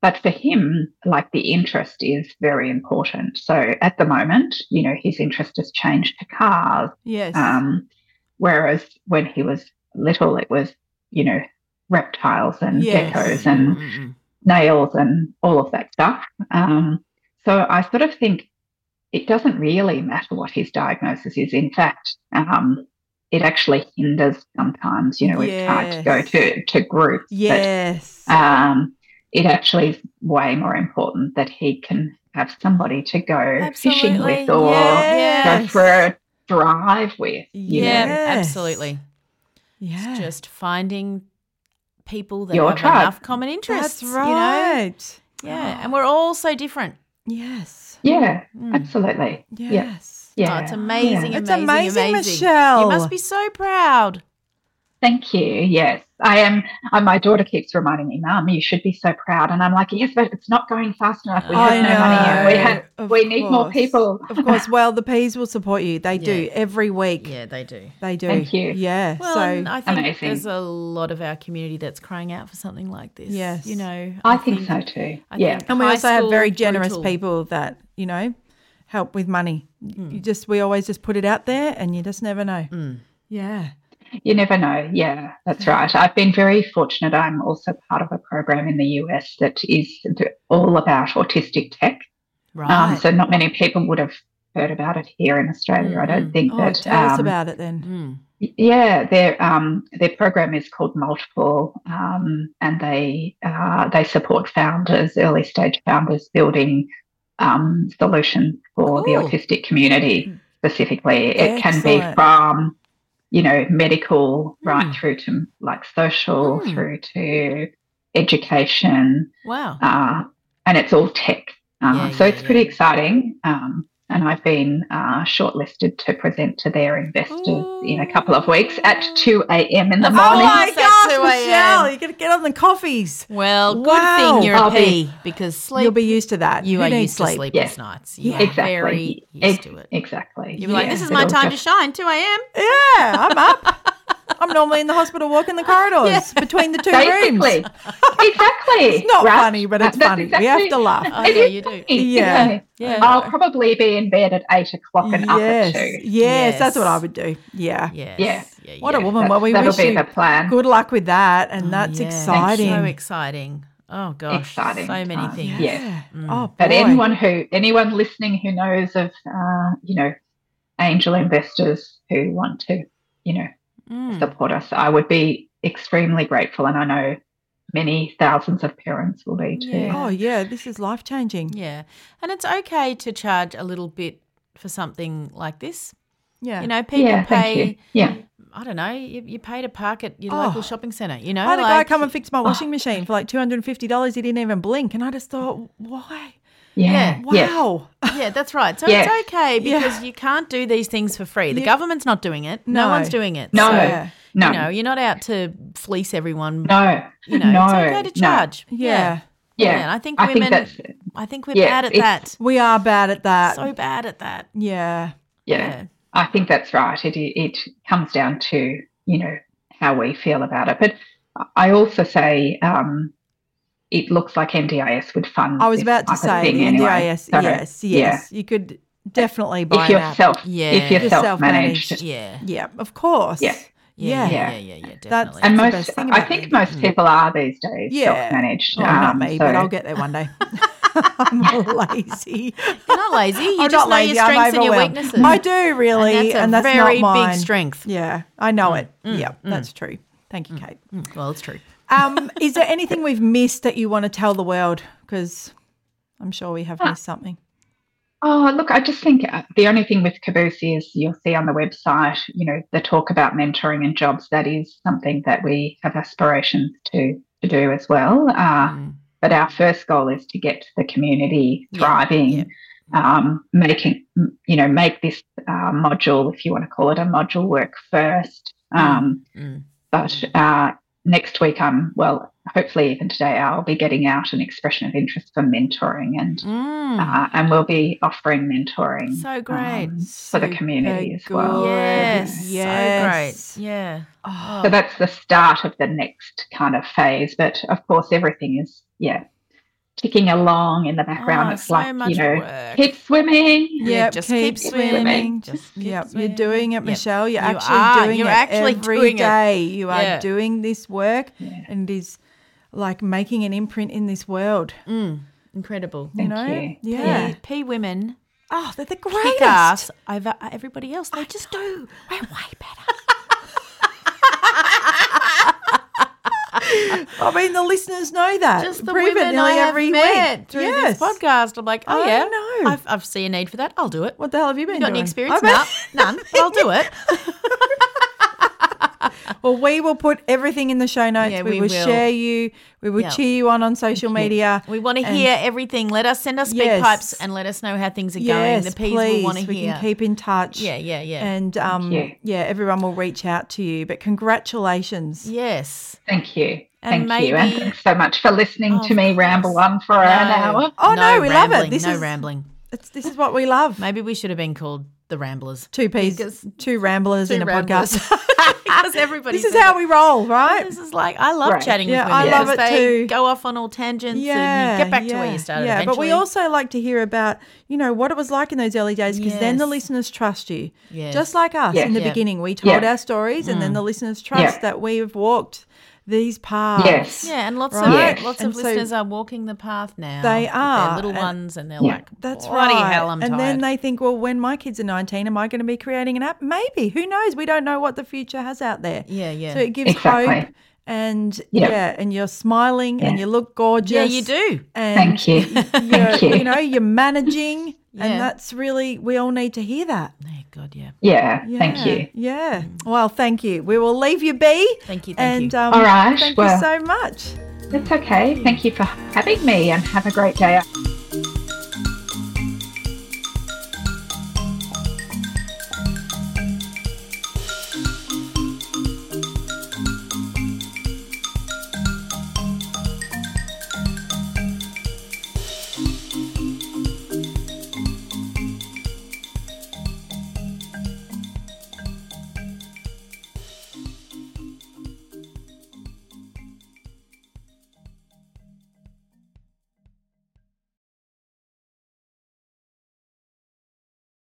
Speaker 5: but for him, like the interest is very important. So at the moment, you know, his interest has changed to cars.
Speaker 2: Yes.
Speaker 5: Um, whereas when he was little, it was, you know, reptiles and
Speaker 2: Yes.
Speaker 5: geckos and
Speaker 3: Mm, mm,
Speaker 5: nails and all of that stuff. Um, so I sort of think it doesn't really matter what his diagnosis is. In fact, um, it actually hinders sometimes. You know, we've tried to go
Speaker 2: Yes.
Speaker 5: to to groups,
Speaker 2: yes.
Speaker 5: but um, it actually is way more important that he can have somebody to go
Speaker 3: mm.
Speaker 5: fishing with
Speaker 3: Absolutely.
Speaker 5: or
Speaker 3: yeah.
Speaker 5: go for a drive with. you know.
Speaker 3: Yeah,
Speaker 2: Yes.
Speaker 3: absolutely.
Speaker 2: yeah.
Speaker 3: It's just finding people that
Speaker 5: Your
Speaker 3: have
Speaker 5: tribe.
Speaker 3: enough common interests.
Speaker 2: That's right.
Speaker 3: You know? Yeah, and we're all so different.
Speaker 2: Yes.
Speaker 5: Yeah,
Speaker 3: Mm.
Speaker 5: absolutely. Yeah.
Speaker 2: Yes.
Speaker 3: Oh, it's amazing,
Speaker 5: Yeah.
Speaker 3: amazing,
Speaker 2: It's amazing, Michelle.
Speaker 3: You must be so proud.
Speaker 5: Thank you. Yes, I am. I, my daughter keeps reminding me, "Mum, you should be so proud." And I'm like, "Yes, but it's not going fast enough. We have
Speaker 2: I
Speaker 5: no money. and We
Speaker 2: know,
Speaker 5: have.
Speaker 2: of
Speaker 5: we need more
Speaker 2: course.
Speaker 5: people."
Speaker 2: Of course. Well, the peas will support you. They do
Speaker 3: Yeah.
Speaker 2: every week.
Speaker 3: Yeah, they do.
Speaker 2: They do.
Speaker 5: Thank you.
Speaker 2: Yeah.
Speaker 3: Well,
Speaker 2: so
Speaker 3: and I think
Speaker 5: Amazing.
Speaker 3: there's a lot of our community that's crying out for something like this.
Speaker 2: Yes.
Speaker 3: you know.
Speaker 5: I think so too.
Speaker 3: I
Speaker 5: yeah.
Speaker 3: think-
Speaker 2: And we
Speaker 3: high
Speaker 2: also have
Speaker 3: school
Speaker 2: very generous
Speaker 3: brutal.
Speaker 2: people that, you know, help with money.
Speaker 3: Hmm.
Speaker 2: You just we always just put it out there and you just never know. Yeah.
Speaker 5: You never know. Yeah, that's right. I've been very fortunate. I'm also part of a program in the US that is all about autistic tech.
Speaker 3: Right.
Speaker 5: Um, so not many people would have heard about it here in Australia. I don't think
Speaker 2: Oh,
Speaker 5: that.
Speaker 2: tell us
Speaker 5: um,
Speaker 2: about it then.
Speaker 3: Mm.
Speaker 5: Yeah, their um, their program is called Multiple, um, and they uh, they support founders, early stage founders, building um, solutions for the
Speaker 3: Cool.
Speaker 5: autistic community specifically. It can
Speaker 2: Mm.
Speaker 5: be
Speaker 2: Excellent.
Speaker 5: from you know medical right
Speaker 3: Mm.
Speaker 5: through to like social,
Speaker 3: Mm.
Speaker 5: through to education,
Speaker 3: Wow.
Speaker 5: uh, and it's all tech. Uh,
Speaker 3: Yeah,
Speaker 5: so
Speaker 3: yeah,
Speaker 5: it's pretty
Speaker 3: yeah.
Speaker 5: exciting. Um, and I've been uh, shortlisted to present to their investors in a couple of weeks at 2 a.m. in the
Speaker 3: Of
Speaker 2: Oh
Speaker 5: morning.
Speaker 2: my
Speaker 3: That's at 2
Speaker 2: gosh,
Speaker 3: a.m.
Speaker 2: Michelle, you're gonna get on the coffees.
Speaker 3: Well, good
Speaker 2: Wow.
Speaker 3: thing you're
Speaker 5: I'll
Speaker 3: a
Speaker 5: be-
Speaker 3: pea because sleep.
Speaker 2: You'll be used to that.
Speaker 3: you
Speaker 2: Who
Speaker 3: are
Speaker 2: needs
Speaker 3: used to sleepless
Speaker 5: Yes.
Speaker 3: nights. You
Speaker 2: Yeah.
Speaker 3: are
Speaker 5: exactly.
Speaker 3: very used
Speaker 5: Ex-
Speaker 3: to it.
Speaker 5: Exactly.
Speaker 3: You'll be like,
Speaker 5: Yeah.
Speaker 3: this is
Speaker 5: It
Speaker 3: my
Speaker 5: all
Speaker 3: time to
Speaker 5: just-
Speaker 3: shine, 2 a.m.
Speaker 2: Yeah, I'm up. I'm normally in the hospital walking the corridors between the two rooms.
Speaker 5: Basically. exactly.
Speaker 2: It's not
Speaker 5: right?
Speaker 2: funny, but it's
Speaker 5: That's
Speaker 2: funny. We have to
Speaker 5: exactly-
Speaker 2: laugh.
Speaker 3: Oh,
Speaker 5: It
Speaker 3: yeah,
Speaker 5: is
Speaker 3: you do.
Speaker 5: funny, you
Speaker 2: Yeah.
Speaker 5: know.
Speaker 3: Yeah.
Speaker 5: I'll probably be in bed at eight o'clock and up at
Speaker 2: yes. yes.
Speaker 5: two.
Speaker 2: that's what I
Speaker 3: Yes.
Speaker 2: would do. Yeah.
Speaker 3: Yes.
Speaker 5: Yeah.
Speaker 3: yeah
Speaker 2: What
Speaker 3: yeah.
Speaker 2: a woman.
Speaker 5: That's-
Speaker 2: Well, we
Speaker 5: that'll
Speaker 2: wish
Speaker 5: be
Speaker 2: you
Speaker 5: the plan.
Speaker 2: good luck with that. And
Speaker 3: Oh,
Speaker 2: that's
Speaker 3: yeah.
Speaker 2: exciting.
Speaker 3: So exciting. Oh gosh.
Speaker 5: Exciting
Speaker 3: So many
Speaker 5: time.
Speaker 3: things.
Speaker 5: Yeah.
Speaker 3: Mm.
Speaker 2: Oh, boy.
Speaker 5: But anyone who anyone listening who knows of uh, you know angel investors who want to you know
Speaker 3: Mm.
Speaker 5: support us, I would be extremely grateful, and I know many thousands of parents will be too.
Speaker 3: Yeah.
Speaker 2: Oh, yeah. This is life changing. Yeah.
Speaker 3: Yeah. And it's okay to charge a little bit for something like this. You know, people
Speaker 5: Yeah, thank you.
Speaker 3: pay
Speaker 5: Yeah,
Speaker 3: I don't know, you, you pay to park at your
Speaker 2: Oh.
Speaker 3: local shopping centre, you know?
Speaker 2: I had a guy
Speaker 3: like-
Speaker 2: come and fix my washing machine for like $250. He didn't even blink. And I just thought, why?
Speaker 5: yeah, yeah,
Speaker 2: Wow.
Speaker 3: Yeah, that's right. So
Speaker 5: Yes.
Speaker 3: it's okay
Speaker 2: Yeah.
Speaker 3: because you can't do these things for free. The
Speaker 2: You-
Speaker 3: government's not doing it. No,
Speaker 2: No.
Speaker 3: one's doing it.
Speaker 5: No.
Speaker 3: So,
Speaker 2: Yeah.
Speaker 5: no,
Speaker 3: you know, you're not out to fleece everyone.
Speaker 5: no,
Speaker 3: You know,
Speaker 5: no,
Speaker 3: it's okay to
Speaker 5: no.
Speaker 3: charge.
Speaker 2: Yeah.
Speaker 5: Yeah,
Speaker 3: And I think
Speaker 5: I
Speaker 3: women,
Speaker 5: think that's it.
Speaker 3: I think we're
Speaker 5: Yeah,
Speaker 3: bad at
Speaker 5: it's-
Speaker 3: that.
Speaker 2: We are bad at that.
Speaker 3: So bad at that.
Speaker 2: yeah.
Speaker 5: yeah. I think that's right. It it comes down to you know how we feel about it, but I also say um, it looks like NDIS would fund.
Speaker 2: I was
Speaker 5: this
Speaker 2: about to
Speaker 5: type of
Speaker 2: say
Speaker 5: thing
Speaker 2: the
Speaker 5: anyway.
Speaker 2: NDIS.
Speaker 5: So,
Speaker 2: yes.
Speaker 5: yeah.
Speaker 2: Yes. You could definitely buy
Speaker 5: if
Speaker 2: an
Speaker 5: you're
Speaker 2: app.
Speaker 5: self,
Speaker 3: Yeah.
Speaker 5: if you're
Speaker 2: Just
Speaker 5: self managed,
Speaker 2: self-managed.
Speaker 3: Yeah.
Speaker 2: Yeah. Of course.
Speaker 5: Yeah.
Speaker 3: Yeah. Yeah.
Speaker 2: Yeah.
Speaker 3: Yeah. Yeah. yeah,
Speaker 2: That's-
Speaker 3: definitely.
Speaker 5: and
Speaker 2: the
Speaker 5: most
Speaker 2: best thing
Speaker 5: I
Speaker 2: about
Speaker 5: think
Speaker 2: it. Mm.
Speaker 5: most people are these days um,
Speaker 2: Yeah.
Speaker 5: self managed.
Speaker 2: Oh,
Speaker 3: Um,
Speaker 2: not me, but I'll get there one day. I'm lazy.
Speaker 3: you're not lazy. You
Speaker 2: I'm
Speaker 3: just know your
Speaker 2: I'm
Speaker 3: strengths and your
Speaker 2: overwhelmed.
Speaker 3: weaknesses.
Speaker 2: I do really,
Speaker 3: And that's a very
Speaker 2: not mine.
Speaker 3: big strength. Mm.
Speaker 2: Yeah, I know it. yeah, that's true. Thank you, Kate.
Speaker 3: Well, it's true.
Speaker 2: Um, is there anything we've missed that you want to tell the world? Because I'm sure we
Speaker 3: Ah.
Speaker 2: have missed something.
Speaker 5: Oh, look, I just think uh, the only thing with Caboose is you'll see on the website, you know, the talk about mentoring and jobs. That is something that we have aspirations to to do as well. Uh, But our first goal is to get the community
Speaker 3: Mm. Yeah,
Speaker 5: thriving,
Speaker 3: yeah.
Speaker 5: Um, making, m- you know, make this uh, module, if you want to call it a module, work first. Um,
Speaker 3: Mm.
Speaker 5: But uh, next week, I'm well, hopefully, even today, I'll be getting out an expression of interest for mentoring and
Speaker 3: Mm.
Speaker 5: uh, and we'll be offering mentoring um,
Speaker 3: So great.
Speaker 5: for the community as well.
Speaker 2: Good.
Speaker 3: Yes.
Speaker 2: Yes.
Speaker 3: So great. Yeah. Oh,
Speaker 5: So that's the start of the next kind of phase. But of course, everything is yeah ticking along in the background.
Speaker 3: oh,
Speaker 5: it's
Speaker 3: so
Speaker 5: like
Speaker 3: much
Speaker 5: you know,
Speaker 3: work.
Speaker 5: keep swimming.
Speaker 2: Yep,
Speaker 3: just
Speaker 2: keep
Speaker 3: keep
Speaker 2: swimming.
Speaker 5: swimming.
Speaker 3: Just keep
Speaker 2: Yep,
Speaker 3: swimming.
Speaker 2: you're doing it,
Speaker 3: Yep.
Speaker 2: Michelle. You're
Speaker 3: You
Speaker 2: actually
Speaker 3: are.
Speaker 2: doing
Speaker 3: You're
Speaker 2: it
Speaker 3: actually
Speaker 2: every
Speaker 3: doing it.
Speaker 2: day. You are
Speaker 3: Yeah.
Speaker 2: doing this work,
Speaker 5: Yeah.
Speaker 2: and it is like making an imprint in this world.
Speaker 3: Mm. Incredible.
Speaker 2: You
Speaker 5: Thank
Speaker 2: know,
Speaker 5: you.
Speaker 2: yeah.
Speaker 3: P, P women
Speaker 2: Oh, they're the
Speaker 3: kick
Speaker 2: greatest.
Speaker 3: ass over everybody else. They just do. We're way better.
Speaker 2: I mean, the listeners know that.
Speaker 3: Just the
Speaker 2: Prove it
Speaker 3: women
Speaker 2: nearly
Speaker 3: I have
Speaker 2: every
Speaker 3: met
Speaker 2: week.
Speaker 3: through
Speaker 2: yes.
Speaker 3: this podcast. I'm like, oh
Speaker 2: I
Speaker 3: yeah,
Speaker 2: know.
Speaker 3: I've, I've seen a need for that. I'll do it.
Speaker 2: What the hell have you been
Speaker 3: Got
Speaker 2: doing?
Speaker 3: any
Speaker 2: I
Speaker 3: experience?
Speaker 2: bet-
Speaker 3: No, none. But I'll do it.
Speaker 2: well, we will put everything in the show notes.
Speaker 3: Yeah,
Speaker 2: we,
Speaker 3: we
Speaker 2: will,
Speaker 3: will.
Speaker 2: share you. We will
Speaker 3: Yeah.
Speaker 2: cheer you on on social media.
Speaker 3: We want to
Speaker 2: And-
Speaker 3: hear everything. Let us send us big
Speaker 2: Yes.
Speaker 3: pipes and let us know how things are
Speaker 2: yes,
Speaker 3: going. The peas
Speaker 2: please.
Speaker 3: will want to
Speaker 2: we
Speaker 3: hear.
Speaker 2: can keep in touch.
Speaker 3: yeah, yeah, yeah.
Speaker 2: And um,
Speaker 5: you.
Speaker 2: yeah, everyone will reach out to you. But congratulations.
Speaker 3: yes.
Speaker 5: Thank you.
Speaker 3: And
Speaker 5: Thank you. And
Speaker 3: maybe-
Speaker 5: thanks so much for listening
Speaker 3: Oh,
Speaker 5: to me
Speaker 3: of
Speaker 5: ramble
Speaker 3: course.
Speaker 5: on for an hour.
Speaker 2: Oh, no, we love it.
Speaker 3: rambling,
Speaker 2: This
Speaker 3: no
Speaker 2: is-
Speaker 3: rambling.
Speaker 2: It's, this is what we love.
Speaker 3: Maybe we should have been called the Ramblers.
Speaker 2: Two peas,
Speaker 3: Because-
Speaker 2: two ramblers in a
Speaker 3: Ramblers.
Speaker 2: podcast.
Speaker 3: because everybody
Speaker 2: this is
Speaker 3: says
Speaker 2: how
Speaker 3: it.
Speaker 2: we roll, right?
Speaker 3: This is like I love
Speaker 5: Right.
Speaker 3: chatting
Speaker 2: Yeah,
Speaker 3: with women.
Speaker 2: I love
Speaker 3: because
Speaker 2: it
Speaker 3: they
Speaker 2: too.
Speaker 3: Go off on all tangents and you get back to where you started.
Speaker 2: Yeah, but we
Speaker 3: eventually.
Speaker 2: also like to hear about, you know, what it was like in those early days because then the
Speaker 3: Yes.
Speaker 2: listeners trust you.
Speaker 3: Yes.
Speaker 2: Just like us
Speaker 5: Yeah.
Speaker 2: in the
Speaker 3: Yeah. Mm.
Speaker 2: beginning, we told
Speaker 5: Yeah.
Speaker 2: our stories and then the listeners trust
Speaker 5: Yeah.
Speaker 2: that we have walked these paths.
Speaker 5: Yes.
Speaker 3: Yeah, and lots
Speaker 2: Right.
Speaker 3: of lots
Speaker 2: And
Speaker 3: of
Speaker 2: so
Speaker 3: listeners are walking the path now.
Speaker 2: they
Speaker 3: with
Speaker 2: are,
Speaker 3: their little
Speaker 2: and-
Speaker 3: ones, and they're
Speaker 5: Yeah.
Speaker 3: like,
Speaker 2: That's
Speaker 3: "Bloody
Speaker 2: right.
Speaker 3: hell, I'm
Speaker 2: and
Speaker 3: tired."
Speaker 2: then they think, well, when my kids are 19, am I going to be creating an app? Maybe. Who knows? We don't know what the future has out there.
Speaker 3: Yeah, yeah.
Speaker 2: So it gives
Speaker 5: Exactly.
Speaker 2: hope. And
Speaker 5: Yeah.
Speaker 2: yeah, and you're smiling and
Speaker 5: Yeah.
Speaker 2: you look gorgeous.
Speaker 3: yeah, you do.
Speaker 2: And
Speaker 5: Thank you.
Speaker 2: you're,
Speaker 5: Thank
Speaker 2: you.
Speaker 5: you.
Speaker 2: know, you're managing, and
Speaker 3: Yeah.
Speaker 2: that's really we all need to hear that.
Speaker 3: Oh God, yeah.
Speaker 5: Yeah,
Speaker 2: Yeah,
Speaker 5: thank you.
Speaker 2: Yeah. Well, thank you. We will leave you be.
Speaker 3: Mm. Thank you, thank
Speaker 2: And
Speaker 3: you.
Speaker 2: um,
Speaker 5: All right,
Speaker 2: Thank
Speaker 5: well-
Speaker 2: you so much.
Speaker 5: That's okay. Thank you for having me and have a great day.